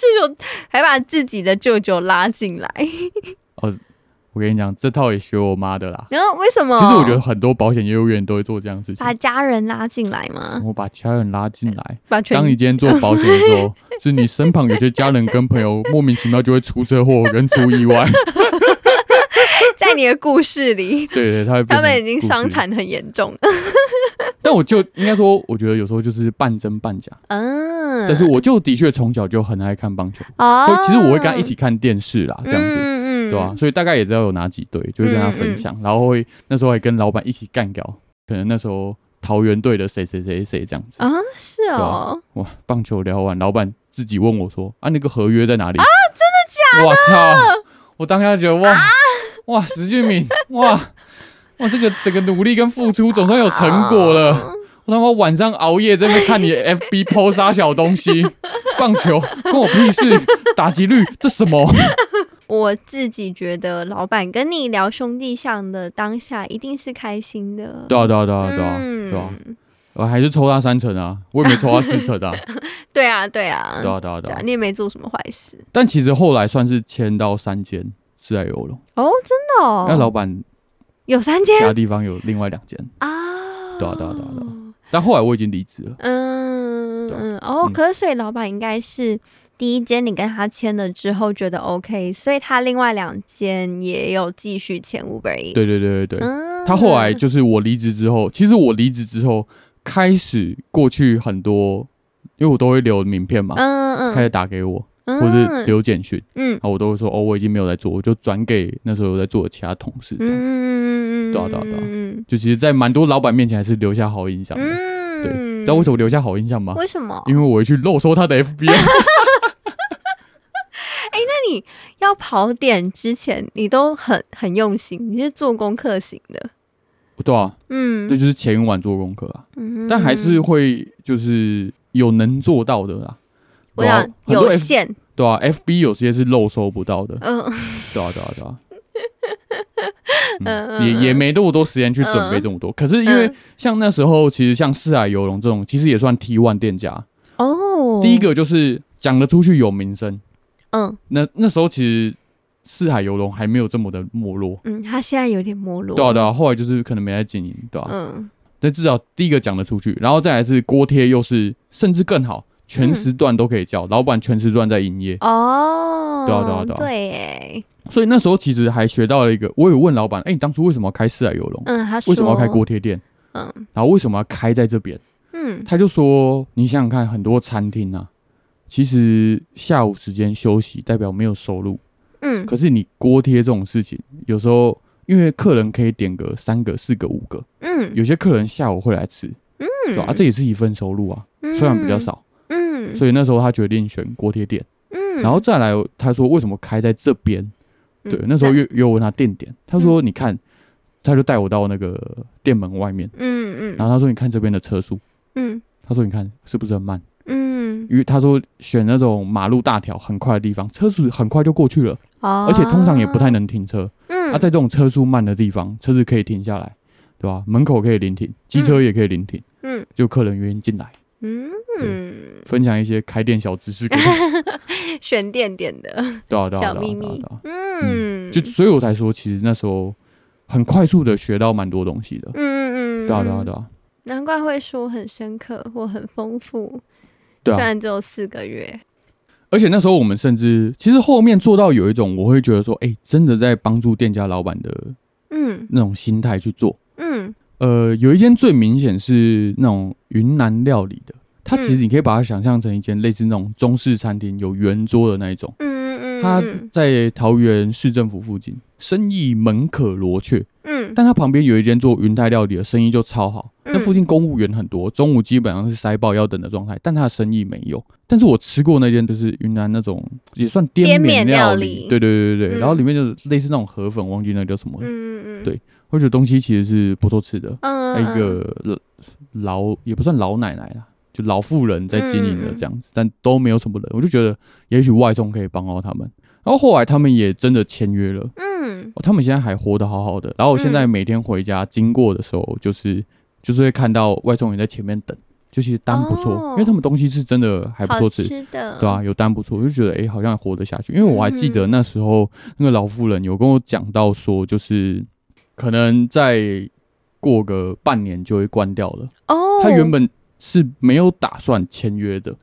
舅舅还把自己的舅舅拉进来，我我跟你讲，这套也学我妈的啦。然后为什么？其实我觉得很多保险业务员都会做这样的事情把，家人拉进来嘛，我把家人拉进来。把啊哎全当你今天做保险的时 *laughs* 候，是你身旁有些家人跟朋友莫名其妙就会出车祸跟出意 *laughs* 外，，在你的故事里 *laughs* 对对，他会变他们成已经故事伤。残很严重了。但我就应该说，我觉得有时候就是半真半假。嗯，但是我就的确从小就很爱看棒球，会哦，其实我会跟他一起看电视啦，这样子。嗯嗯对啊，所以大概也知道有哪几队，就会跟他分享，然后会那时候还跟老板一起干掉，可能那时候桃园队的谁谁谁谁这样子。啊，是哦，哇，棒球聊完，老板自己问我说：“啊，那个合约在哪里？”啊，真的啊假的？我操！我当下就觉得哇、哇，石俊敏哇哇，这个整个努力跟付出总算有成果了。我他妈晚上熬夜在那边看你 FB 剖杀小东 *laughs* 西，棒球关我屁事，打击率这什么？我自己觉得老板跟你聊兄弟相的当下，一定是开心的。对啊对啊对啊对啊嗯对啊，我还是抽他三成啊，我也没抽他四成 *laughs* 啊，对啊，对啊，对啊对啊对对啊啊，。你也没做什么坏事但其实后来算是签到三间四海游龙，哦，真的哦，那老板有三其间他地方有另外两间，啊，对啊对啊对啊对但后来我已经离职了。嗯对啊嗯，啊哦，嗯可是所以老板应该是第一间你跟他签了之后觉得 OK，所以他另外两间也有继续签 Uber Eats。对对对对对，嗯他后来就是我离职之后，其实我离职之后开始过去很多，因为我都会留名片嘛，嗯嗯，开始打给我嗯或者是留简讯，嗯然后我都会说哦我已经没有在做，我就转给那时候有在做的其他同事这样子。嗯对啊对啊对啊嗯就其实，在蛮多老板面前还是留下好印象的。嗯，对，知道为什么留下好印象吗？为什么？因为我会去漏搜他的 *laughs* FB 啊。要跑点之前，你都很很用心，你是做功课型的。对啊，嗯这，就是前一晚做功课啊，嗯但还是会就是有能做到的啦。我对啊想，很多有 F 限，对啊，FB 有些是漏搜不到的，嗯对啊，对啊，对 *laughs* 啊。嗯嗯、也也没那么多时间去准备嗯这么多，可是因为嗯像那时候，其实像四海游龙这种，其实也算 T one 店家。*laughs* 哦，第一，个就是讲得出去有名声，嗯那那时候其实四海游龙还没有这么的没落，嗯，他现在有点没落。对啊对啊，后来就是可能没在经营，对吧、啊嗯但至少第一个讲得出去，然后再来是锅贴，又是甚至更好，全时段都可以叫，老板全时段在营业，哦，对啊对啊对啊对耶，所以那时候其实还学到了一个，我有问老板，哎、你当初为什么要开四海游龙？嗯，他说为什么要开锅？贴店？嗯然后为什么要开在这边？嗯他就说，你想想看，很多餐厅啊，其实下午时间休息代表没有收入，嗯可是你锅贴这种事情，有时候因为客人可以点个三个、四个、五个，嗯，有些客人下午会来吃，对吧、啊？这也是一份收入啊，虽然比较少。嗯，嗯所以那时候他决定选锅贴店，嗯，然后再来他说为什么开在这边？嗯对，那时候又又问他店点，他说你看，他就带我到那个店门外面，嗯嗯然后他说你看这边的车速，嗯他说你看是不是很慢？嗯，因为他说选那种马路大条很快的地方，车速很快就过去了，哦，而且通常也不太能停车。嗯啊，在这种车速慢的地方，车子可以停下来，对吧？门口可以临停，机车也可以临停，嗯就客人愿意进来，嗯，分享一些开店小知识给你， *laughs* 选店点的对啊对啊对啊小对啊秘对啊密对啊。，嗯，就所以我才说，其实那时候很快速的学到蛮多东西的。嗯嗯嗯，对啊，对啊，对啊，难怪会说很深刻或很丰富，对虽啊。然只有四个月，而且那时候我们甚至其实后面做到有一种，我会觉得说，哎、真的在帮助店家老板的嗯那种心态去做。嗯呃，有一间最明显是那种云南料理的，它其实嗯你可以把它想象成一间类似那种中式餐厅，有圆桌的那一种。嗯嗯，它嗯在桃园市政府附近，生意门可罗雀。嗯但它旁边有一间做云泰料理的，生意就超好。嗯那附近公务员很多，中午基本上是塞爆要等的状态，但它的生意没有。但是我吃过那间，就是云南那种也算滇滇缅缅料理，理对对对对对。嗯然后里面就是类似那种河粉，忘记那个叫什么了。嗯嗯，对我觉得东西其实是不错吃的。嗯还有一个老也不算老奶奶啦，就老妇人在经营的这样子，嗯但都没有什么人。我就觉得也许外送可以帮到他们。然后后来他们也真的签约了。嗯哦，他们现在还活得好好的。然后我现在每天回家经过的时候，就是就是会看到外送员在前面等，就其实单不错，哦因为他们东西是真的还不好错吃，吃嗯的，对啊，有单不错，我就觉得诶好像活得下去。因为我还记得那时候、那个老妇人有跟我讲到说，就是可能再过个半年就会关掉了。哦，她原本是没有打算签约的，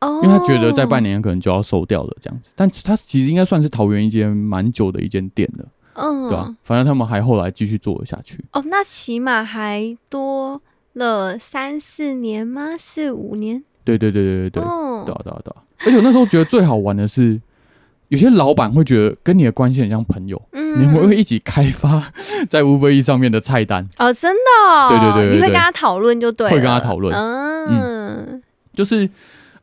哦，因为她觉得在半年可能就要收掉了这样子。但她其实应该算是桃园一间蛮久的一间店了，嗯，对啊吧、反正他们还后来继续做了下去。哦，那起码还多了三四年吗？四五年？对对对对对对。哦对啊，对啊，对啊。而且我那时候觉得最好玩的是，有些老板会觉得跟你的关系很像朋友，嗯你们会一起开发在 Uber E 上面的菜单，哦，真的、哦，对对对对你会对跟他讨论就对了，会跟他讨论嗯，就是。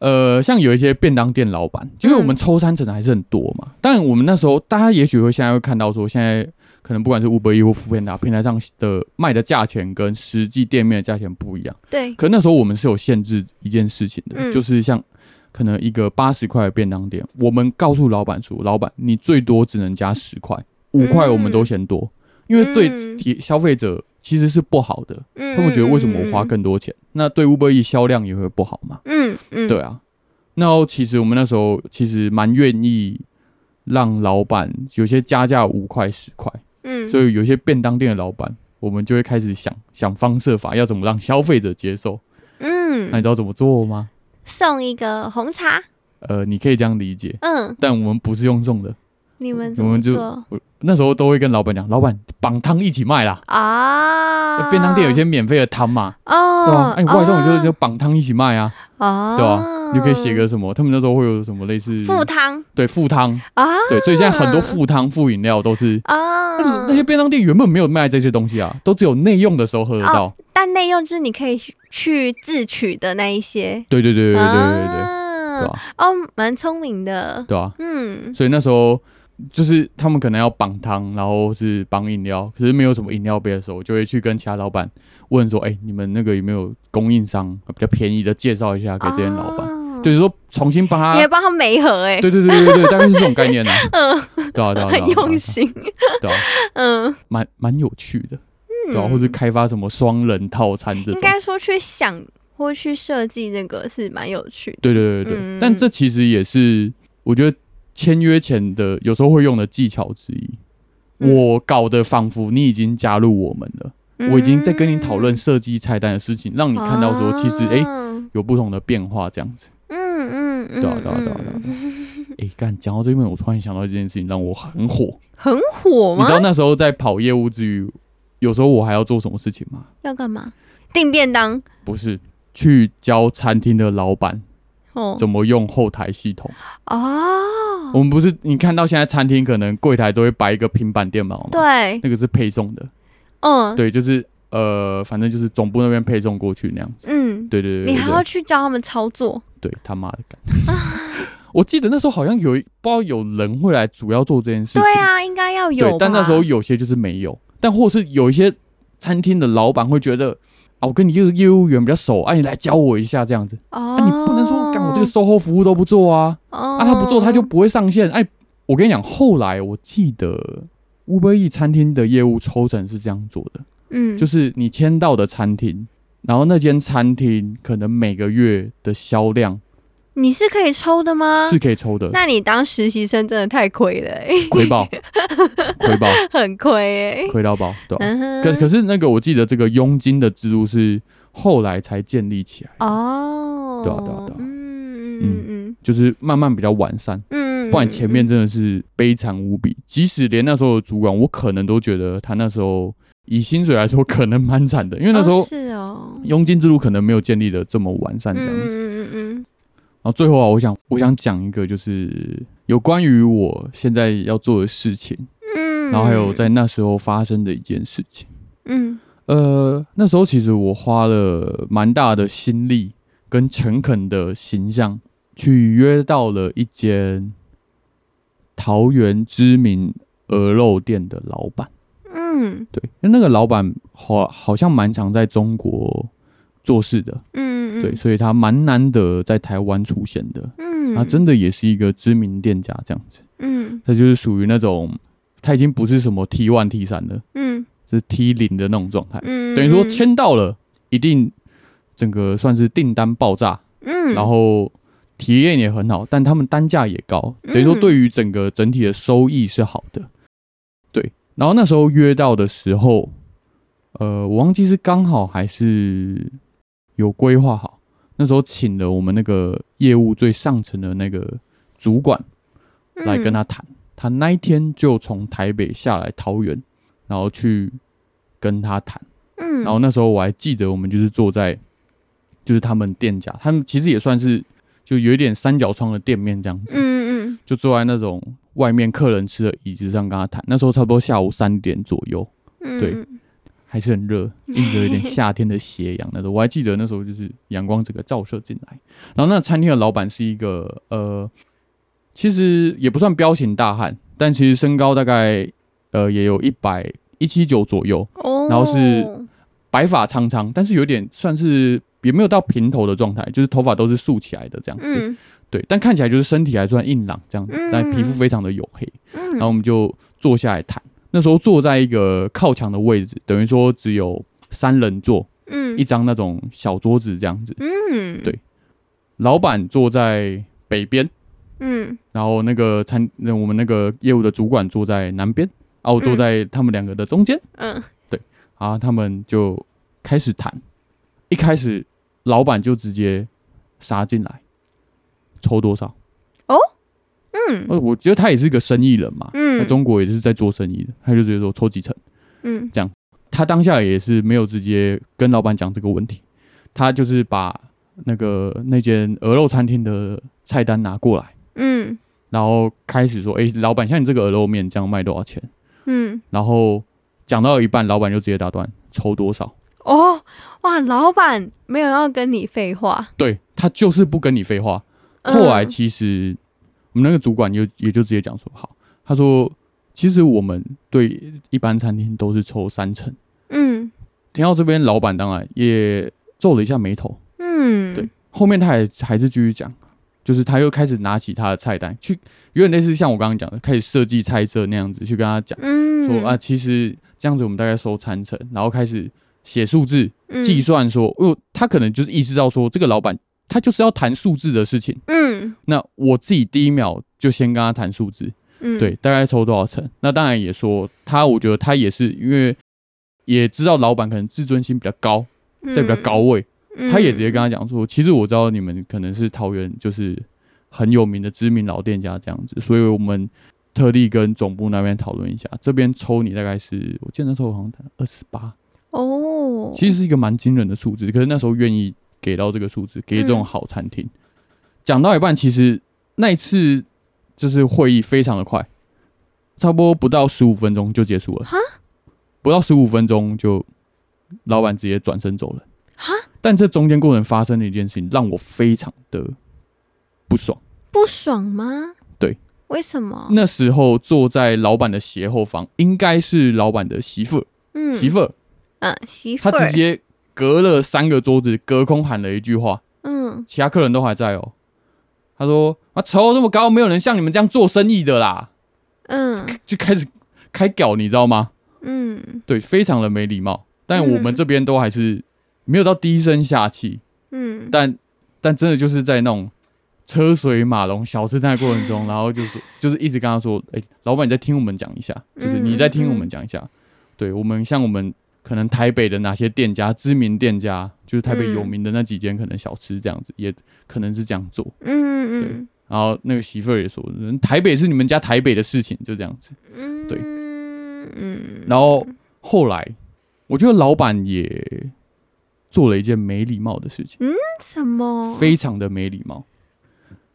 呃，像有一些便当店老板，因为我嗯们抽三成的还是很多嘛。但我们那时候，大家也许会现在会看到说，现在可能不管是 Uber E 或 f o o p a n d a 平台上的卖的价钱跟实际店面的价钱不一样。对，可那时候我们是有限制一件事情的，嗯就是像可能一个八十块的便当店，我们告诉老板说，老板你最多只能加十块，五块我们都嫌多，因为对嗯提消费者其实是不好的，嗯他们觉得为什么我花，更多钱？那对 Uber E 销量也会不好嘛？嗯嗯，对啊，那其实我们那时候其实蛮愿意让老板有些加价五块十块，嗯，所以以有些便当店的老板。我们就会开始想想方设法，要怎么让消费者接受。那你嗯，知道怎么做吗？送一个红茶，呃，你可以这样理解，嗯，但我们不是用送的。你们怎我么们就做我那时候都会跟老板讲，老板绑汤一起卖啦。啊？便当店有一些免费的汤嘛，哦，对吧？哎，外送就是就哦绑汤一起卖啊，哦，对啊吧？你就可以写个什么，他们那时候会有什么类似副汤对副汤，啊对，所以现在很多副汤、副饮料都是啊，那些便当店原本没有卖这些东西啊，都只有内用的时候喝得到。但内用就是你可以去自取的那一些，对对对对对对对，啊对吧？哦，蛮聪明的，对啊，嗯，所以那时候就是他们可能要绑汤，然后是绑饮料，可是没有什么饮料杯的时候，我就会去跟其他老板问说：“哎、你们那个有没有供应商比较便宜的介绍一下给这些老板？”哦就是说重新帮你还他。帮他媒合哎、对对对对对，大概是这种概念啊。嗯，对 *laughs* 啊对啊，对啊很用，心，对啊，嗯，蛮蛮有趣的，对啊，嗯或者开发什么双人套餐这种。应该说去想或去设计那个是蛮有趣的，对对对对，对嗯但这其实也是我觉得签约前的有时候会用的技巧之一。嗯我搞得仿佛你已经加入我们了。我已经在跟你讨论设计菜单的事情，让嗯，你看到说其实诶嗯有不同的变化这样子。嗯嗯，对啊对啊嗯对啊对啊嗯诶，干讲到这边，我突然想到一件事情让我很火。很火你吗知？道那时候在跑业务之余，有时候我还要做什么事情吗？要干嘛？订便当不是去教餐厅的老板哦怎么用后台系统。哦，我们不是你看到现在餐厅可能柜台都会摆一个平板电脑吗？，对，那个是配送的。嗯对，就是呃，反正就是总部那边配送过去那样子。嗯，对对对对对你还要去教他们操作，对他妈的干！ *laughs* 我记得那时候好像有一不知道有人会来主要做这件事情，对啊，应该要对，有吧，但那时候有些就是没有，但或是有一些餐厅的老板会觉得啊，我跟你业业务员比较熟，啊，你来教我一下这样子，哦啊，，你不能说干我这个售后服务都不做啊，哦啊，他不做他就不会上线。哎、我跟你讲，后来我记得。Uber E 餐厅的业务抽成是这样做的，嗯，就是你签到的餐厅，然后那间餐厅可能每个月的销量你是可以抽的吗？是可以抽的，那你当实习生真的太亏了、*laughs* 欸， *laughs* 亏爆，亏爆，很亏哎、亏到爆，对吧、嗯哼可可是那个，我记得这个佣金的制度是后来才建立起来，哦，对啊对啊对啊嗯嗯嗯就是慢慢比较完善，嗯，不然前面真的是悲惨无比。即使连那时候的主管，我可能都觉得他那时候以薪水来说可能蛮惨的，因为那时哦候是哦，佣金制度可能没有建立的这么完善，这样子。嗯嗯然后最后啊，我想我想讲一个，就是有关于我现在要做的事情，嗯嗯，然后还有在那时候发生的一件事情。嗯呃，那时候其实我花了蛮大的心力跟诚恳的形象，去约到了一间桃园知名鹅肉店的老板。嗯对，因为那个老板好好像蛮常在中国做事的，嗯嗯对，所以他蛮难得在台湾出现的。嗯啊，真的也是一个知名店家这样子，嗯他就是属于那种他已经不是什么 T one T 三了，嗯是 T 零的那种状态。嗯，等于说签到了，一定整个算是订单爆炸，嗯，然后体验也很好，但他们单价也高，等于说嗯对于整个整体的收益是好的。对，然后那时候约到的时候，呃，我忘记是刚好还是有规划好。那时候请了我们那个业务最上层的那个主管嗯来跟他谈，他那一天就从台北下来桃园，然后去跟他谈。嗯，嗯，然后那时候我还记得，我们就是坐在就是他们店家，他们其实也算是就有一点三角窗的店面这样子，嗯嗯就坐在那种外面客人吃的椅子上跟他谈。那时候差不多下午三点左右，嗯，对嗯，还是很热，映着有点夏天的斜阳那种。我还记得那时候就是阳光整个照射进来，然后那餐厅的老板是一个呃，其实也不算彪形大汉，但其实身高大概呃也有一百一七九左右，哦，然后是白发苍苍，但是有点算是也没有到平头的状态，就是头发都是竖起来的这样子。嗯对，但看起来就是身体还算硬朗这样子，嗯但皮肤非常的黝黑。嗯，然后我们就坐下来谈，那时候坐在一个靠墙的位置，等于说只有三人座，嗯一张那种小桌子这样子。嗯对老板坐在北边，嗯然后那个餐那我们那个业务的主管坐在南边，啊，我坐嗯在他们两个的中间。嗯啊，他们就开始谈。一开始，老板就直接杀进来，抽多少？嗯呃，我觉得他也是个生意人嘛，在嗯中国也是在做生意的，他就直接说抽几成。嗯他当下也是没有直接跟老板讲这个问题，他就是把那个那间鹅肉餐厅的菜单拿过来，嗯然后开始说：“诶，老板，像你这个鹅肉面这样卖多少钱嗯，？”然后讲到一半，老板就直接打断：“抽多少？”哦，哇，老板没有要跟你废话，对他就是不跟你废话。嗯后来其实我们那个主管就也就直接讲说，好，他说其实我们对一般餐厅都是抽三成。嗯听到这边，老板当然也皱了一下眉头。嗯，对，，后面他还还是继续讲，就是他又开始拿起他的菜单，去有点类似像我刚刚讲的，开始设计菜色那样子，去跟他讲嗯，说啊，其实这样子我们大概收三成，然后开始写数字，计术，算说，哦，他可能就是意识到说，这个老板他就是要谈数字的事情。嗯那我自己第一秒就先跟他谈数字，嗯，对，大概抽多少成？那当然也说他，我觉得他也是因为也知道老板可能自尊心比较高，嗯，在比较高位，嗯，他也直接跟他讲说，其实我知道你们可能是桃园就是很有名的知名老店家这样子，所以我们。特地跟总部那边讨论一下，这边抽你大概是，我记得那时候好像二十八，哦，其实是一个蛮惊人的数字，可是那时候愿意给到这个数字，给这种好餐嗯厅。讲、到一半，其实那一次就是会议非常的快，差不多不到十五分钟就结束了哈，不到十五分钟就老板直接转身走了哈。但这中间过程发生了一件事情，让我非常的不爽。不爽吗？对，为什么？那时候坐在老板的斜后方，应该是老板的媳妇，嗯，媳，妇儿，嗯，媳妇她儿，直接隔了三个桌子，隔空喊了一句话。嗯，其他客人都还在哦。他说：“啊，酬这么高，没有人像你们这样做生意的啦。嗯”就开始开屌，你知道吗？嗯对，非常的没礼貌。但嗯我们这边都还是没有到低声下气，嗯，但但真的就是在那种车水马龙、小吃摊的过程 *sighs* 中，然后就是就是一直跟他说：“哎、老板，你在听我们讲一下，嗯就是你在听我们讲一下。对我们像我们可能台北的哪些店家，知名店家，就是台北有嗯名的那几间，可能小吃这样子，也可能是这样做。嗯对嗯然后那个媳妇儿也说，嗯台北是你们家台北的事情，就这样子。嗯，对嗯嗯，然后后来，我觉得老板也做了一件没礼貌的事情，什么？非常的没礼貌。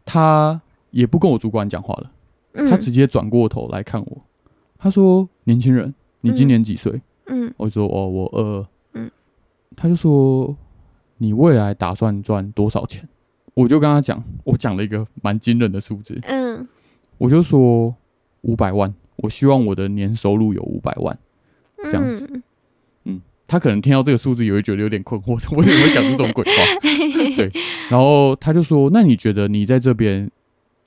他也不跟我主管讲话了，嗯他直接转过头来看我，他说：“年轻人，你今年几岁？”嗯我说：“哦，我二二。”嗯他就说：“你未来打算赚多少钱？”我就跟他讲，我讲了一个蛮惊人的数字，嗯我就说五百万，我希望我的年收入有五百万。这样子子，他可能听到这个数字也会觉得有点困惑， *laughs* 我怎么会讲出这种鬼 *laughs* 话？嗯对，然后他就说：“那你觉得你在这边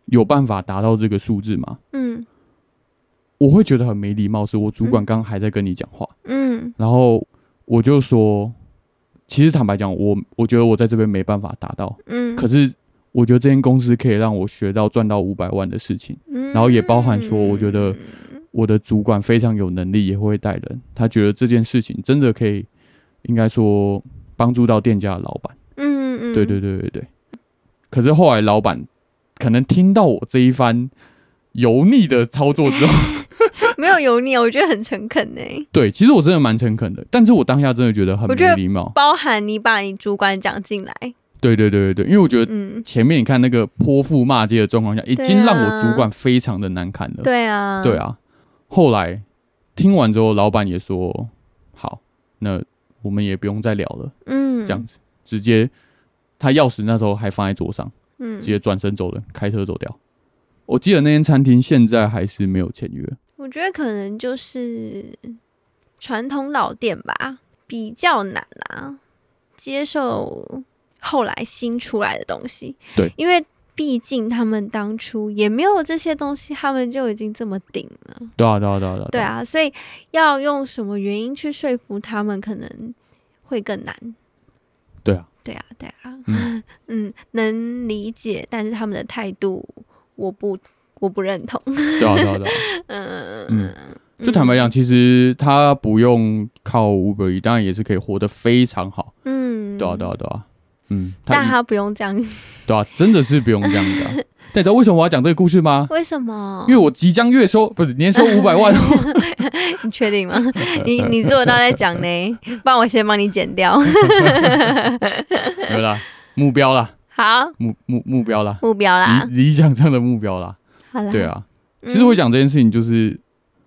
有办法达到这个数字吗嗯？”我会觉得很没礼貌，是我主管刚刚还在跟你讲话，嗯然后我就说：“其实坦白讲，我我觉得我在这边没办法达到，嗯，可是我觉得这间公司可以让我学到赚到五百万的事情。嗯然后也包含说我觉得我的主管非常有能力，也会带人，他觉得这件事情真的可以，应该说帮助到店家的老板。嗯嗯，对对对对对。可是后来老板可能听到我这一番油腻的操作 *laughs* 之后，没有油腻，啊，我觉得很诚恳欸呢。对，其实我真的蛮诚恳的，但是我当下真的觉得很我觉没得礼貌。包含你把你主管讲进来，对对对对对，因为我觉得嗯，前面你看那个泼妇骂街的状况下，已经让我主管非常的难堪了。对啊，对，啊，后来听完之后，老板也说好，那我们也不用再聊了，嗯，这样，子，直接他钥匙那时候还放在桌上，嗯直，接转身走人，开车走掉。我记得那间餐厅现在还是没有签约，我觉得可能就是传统老店吧，比较难啊，接受后来新出来的东西。对，因为毕竟他们当初也没有这些东西，他们就已经这么顶了。对啊，对啊，对啊，对啊，对，啊，所以要用什么原因去说服他们，可能会更难。对啊，对啊，对啊，嗯 *laughs* 嗯，能理解，但是他们的态度，我不，我不认同。 *laughs* 对啊，对啊，对啊。嗯嗯就坦白讲，其实他不用靠 Uber，Eats，当然也是可以活得非常好。嗯，对啊，对啊，对啊，嗯，但他他不用这样， *laughs* 对对啊，真的是不用这样 *laughs* 的啊。但你知道为什么我要讲这个故事吗？为什么？因为我即将月收不是年收五百万， *laughs* 哦你确定吗？你你做得到再讲呢，不然我先帮你剪 *laughs* 掉。*laughs* 没有啦，目标啦，好，目目目标啦，目标啊啦，理理想上的目标啦。好啦。嗯对，啊，嗯其实会讲这件事情，就是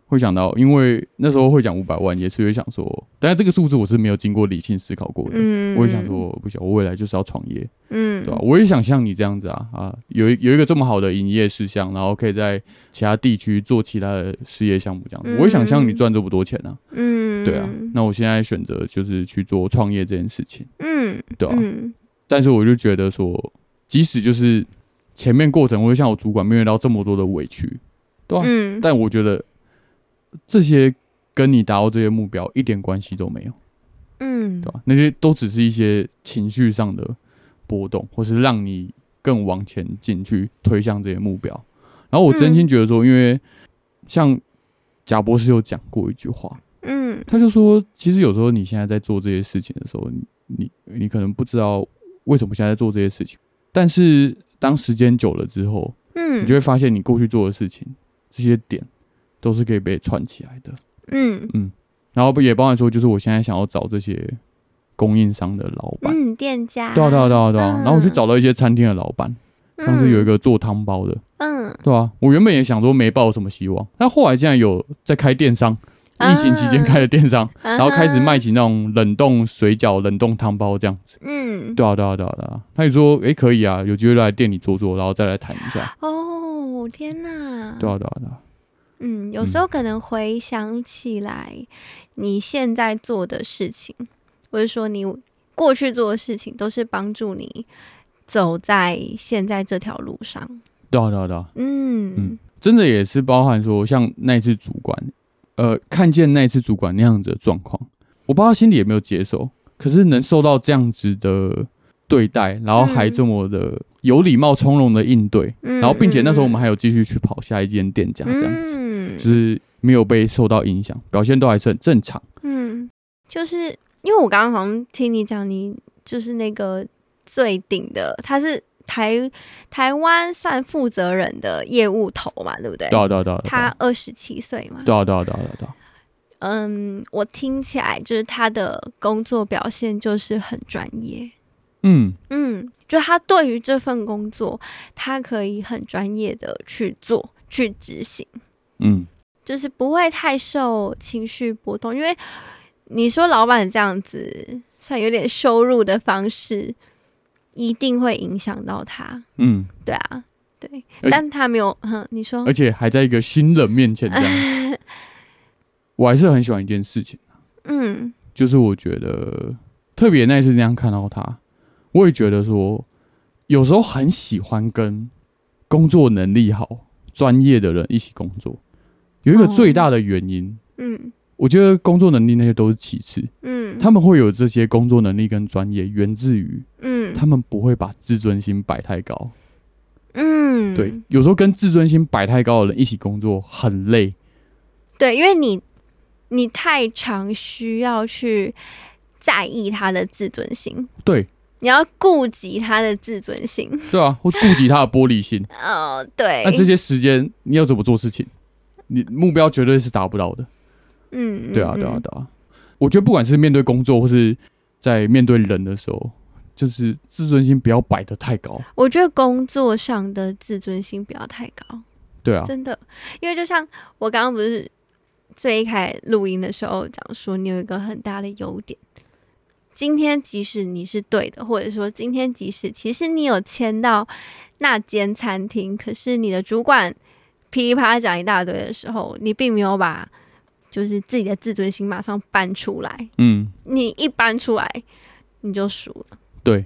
会想到，因为那时候会讲五百万，也是会想说，但是这个数字我是没有经过理性思考过的。嗯我也想，说，不行，我未来就是要创业，嗯，对啊吧、我也想像你这样子啊啊，有一有一个这么好的营业事项，然后可以在其他地区做其他的事业项目，这样子，我也想像你赚这么多钱啊，嗯，对啊。那我现在选择就是去做创业这件事情，嗯，对啊吧、嗯，但是我就觉得说，即使就是前面过程，我会像我主管面对到这么多的委屈，对吧、嗯，哦但我觉得这些跟你达到这些目标一点关系都没有，嗯对，啊吧？那些都只是一些情绪上的波动，或是让你更往前进去推向这些目标。然后我真心觉得说，因为像贾博士有讲过一句话，嗯，他就说，其实有时候你现在在做这些事情的时候，你你你可能不知道为什么现在在做这些事情，但是当时间久了之后，嗯，你就会发现你过去做的事情，这些点都是可以被串起来的。嗯然后也包含说，就是我现在想要找这些供应商的老板，嗯，店家，对啊对啊对啊对啊。嗯然后我去找到一些餐厅的老板，嗯，像是有一个做汤包的，嗯，对啊，我原本也想说没抱有什么希望，但后来竟然有在开电商，啊疫情期间开的电商，然然后开始卖，起那种冷冻水饺、冷冻汤包这样子。嗯，对啊对啊对啊对啊。他也说，诶，可以啊，有机会来店里坐坐，然后再来谈一下。哦，天哪，对啊对啊对啊，嗯，有时候可能回想起来，你现在做的事情，或者说你过去做的事情，都是帮助你走在现在这条路上。对啊对啊对啊。嗯嗯真的也是包含说，像那一次主管，呃，看见那一次主管那样子的状况，我不知道他心里有没有接受，可是能受到这样子的对待，然后还这么的有礼貌、从容的应对，嗯，然后并且那时候我们还有继续去跑下一间店家，这样子，嗯就是没有被受到影响，表现都还是很正常。嗯，就是因为我刚刚好像听你讲，你就是那个最顶的，他是台台湾算负责人的业务头嘛，对不对？对啊，对啊，对啊，对哎他啊，二十七岁嘛，对啊，对啊，对啊，对啊对啊，嗯，我听起来就是他的工作表现就是很专业，嗯，嗯，就他对于这份工作，他可以很专业的去做、去执行，嗯，就是不会太受情绪波动。因为你说老板这样子，算有点羞辱的方式，一定会影响到他。嗯，对啊，对，而且但他没有，哼，你说而，且还在一个新人面前这样 *laughs* 子，我还是很喜欢一件事情。嗯就是我觉得特别那一次那样看到他，我也觉得说，有时候很喜欢跟工作能力好、专业的人一起工作。有一个哦最大的原因，嗯我觉得工作能力那些都是其次，嗯，他们会有这些工作能力跟专业，源自于嗯他们不会把自尊心摆太高。嗯对，有时候跟自尊心摆太高的人一起工作很累。对，因为你你太常需要去在意他的自尊心，对，你要顾及他的自尊心。对啊，或是顾及他的玻璃心。哦，对，那这些时间你要怎么做事情？你目标绝对是达不到的。嗯，对啊，嗯对啊，，对啊。我觉得不管是面对工作，或是在面对人的时候，就是自尊心不要摆得太高。我觉得工作上的自尊心不要太高，对啊，真的，因为就像我刚刚不是最一开始录音的时候讲说，你有一个很大的优点。今天即使你是对的，或者说今天即使其实你有签到那间餐厅，可是你的主管噼里啪啦讲一大堆的时候，你并没有把就是自己的自尊心马上搬出来，嗯，你一搬出来你就输了， *laughs* 对。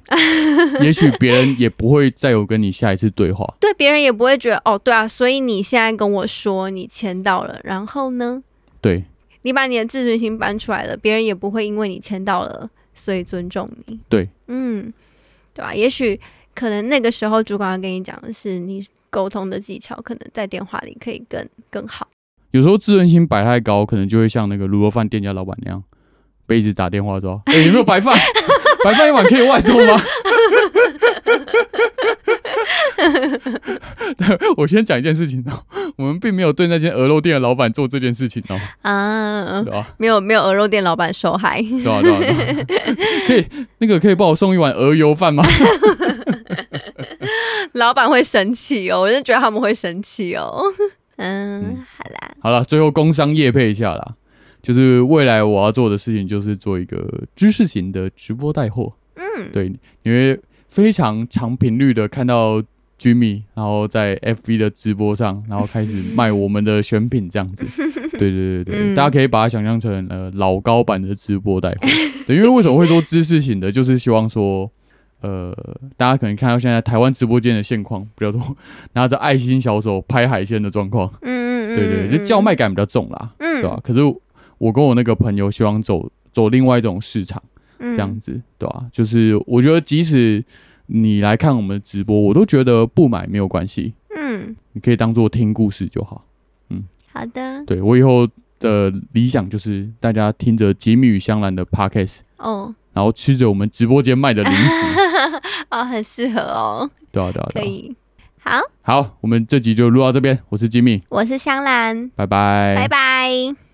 也许别人也不会再有跟你下一次对话。对别人也不会觉得哦，对啊，所以你现在跟我说你签到了，然后呢，对，你把你的自尊心搬出来了，别人也不会因为你签到了，所以尊重你。对，嗯，对吧、也许可能那个时候主管要跟你讲的是，你沟通的技巧可能在电话里可以更更好。有时候自尊心摆太高，可能就会像那个卤肉饭店家老板那样，被一直打电话 *laughs* 说：“哎、有没有白饭？白饭一碗可以外送吗？” *laughs* 我先讲一件事情哦，我们并没有对那间鹅肉店的老板做这件事情哦，啊对，吧？没有没有鹅肉店老板受害。对吧、对吧、啊对吧可以，那个可以帮我送一碗鹅油饭吗？ *laughs* 老板会生气哦，我就觉得他们会生气哦。 *laughs* 嗯，好啦，好了，最后工商业配一下啦，就是未来我要做的事情就是做一个知识型的直播带货。嗯，对，因为非常长频率的看到 Jimmy，然后在 FB 的直播上，然后开始卖我们的选品这样 *laughs* 子。对对对对，嗯大家可以把它想象成呃老高版的直播带货。对，因为为什么会说知识型的，就是希望说。呃，大家可能看到现在台湾直播间的现况比较多，拿着爱心小手拍海鲜的状况，嗯嗯嗯，对对对，就叫卖感比较重啦，嗯，对吧、可是我跟我那个朋友希望走走另外一种市场。嗯这样，子，对吧、就是我觉得，即使你来看我们的直播，我都觉得不买没有关系，嗯，你可以当做听故事就好。好的，对我以后的理想就是，大家听着吉米与香兰的 podcast，哦然后吃着我们直播间卖的零食， *laughs* 哦，很适合哦，对啊，对啊，可对啊。以。好，好，我们这集就录到这边，我是吉米，我是香兰，拜拜，拜拜。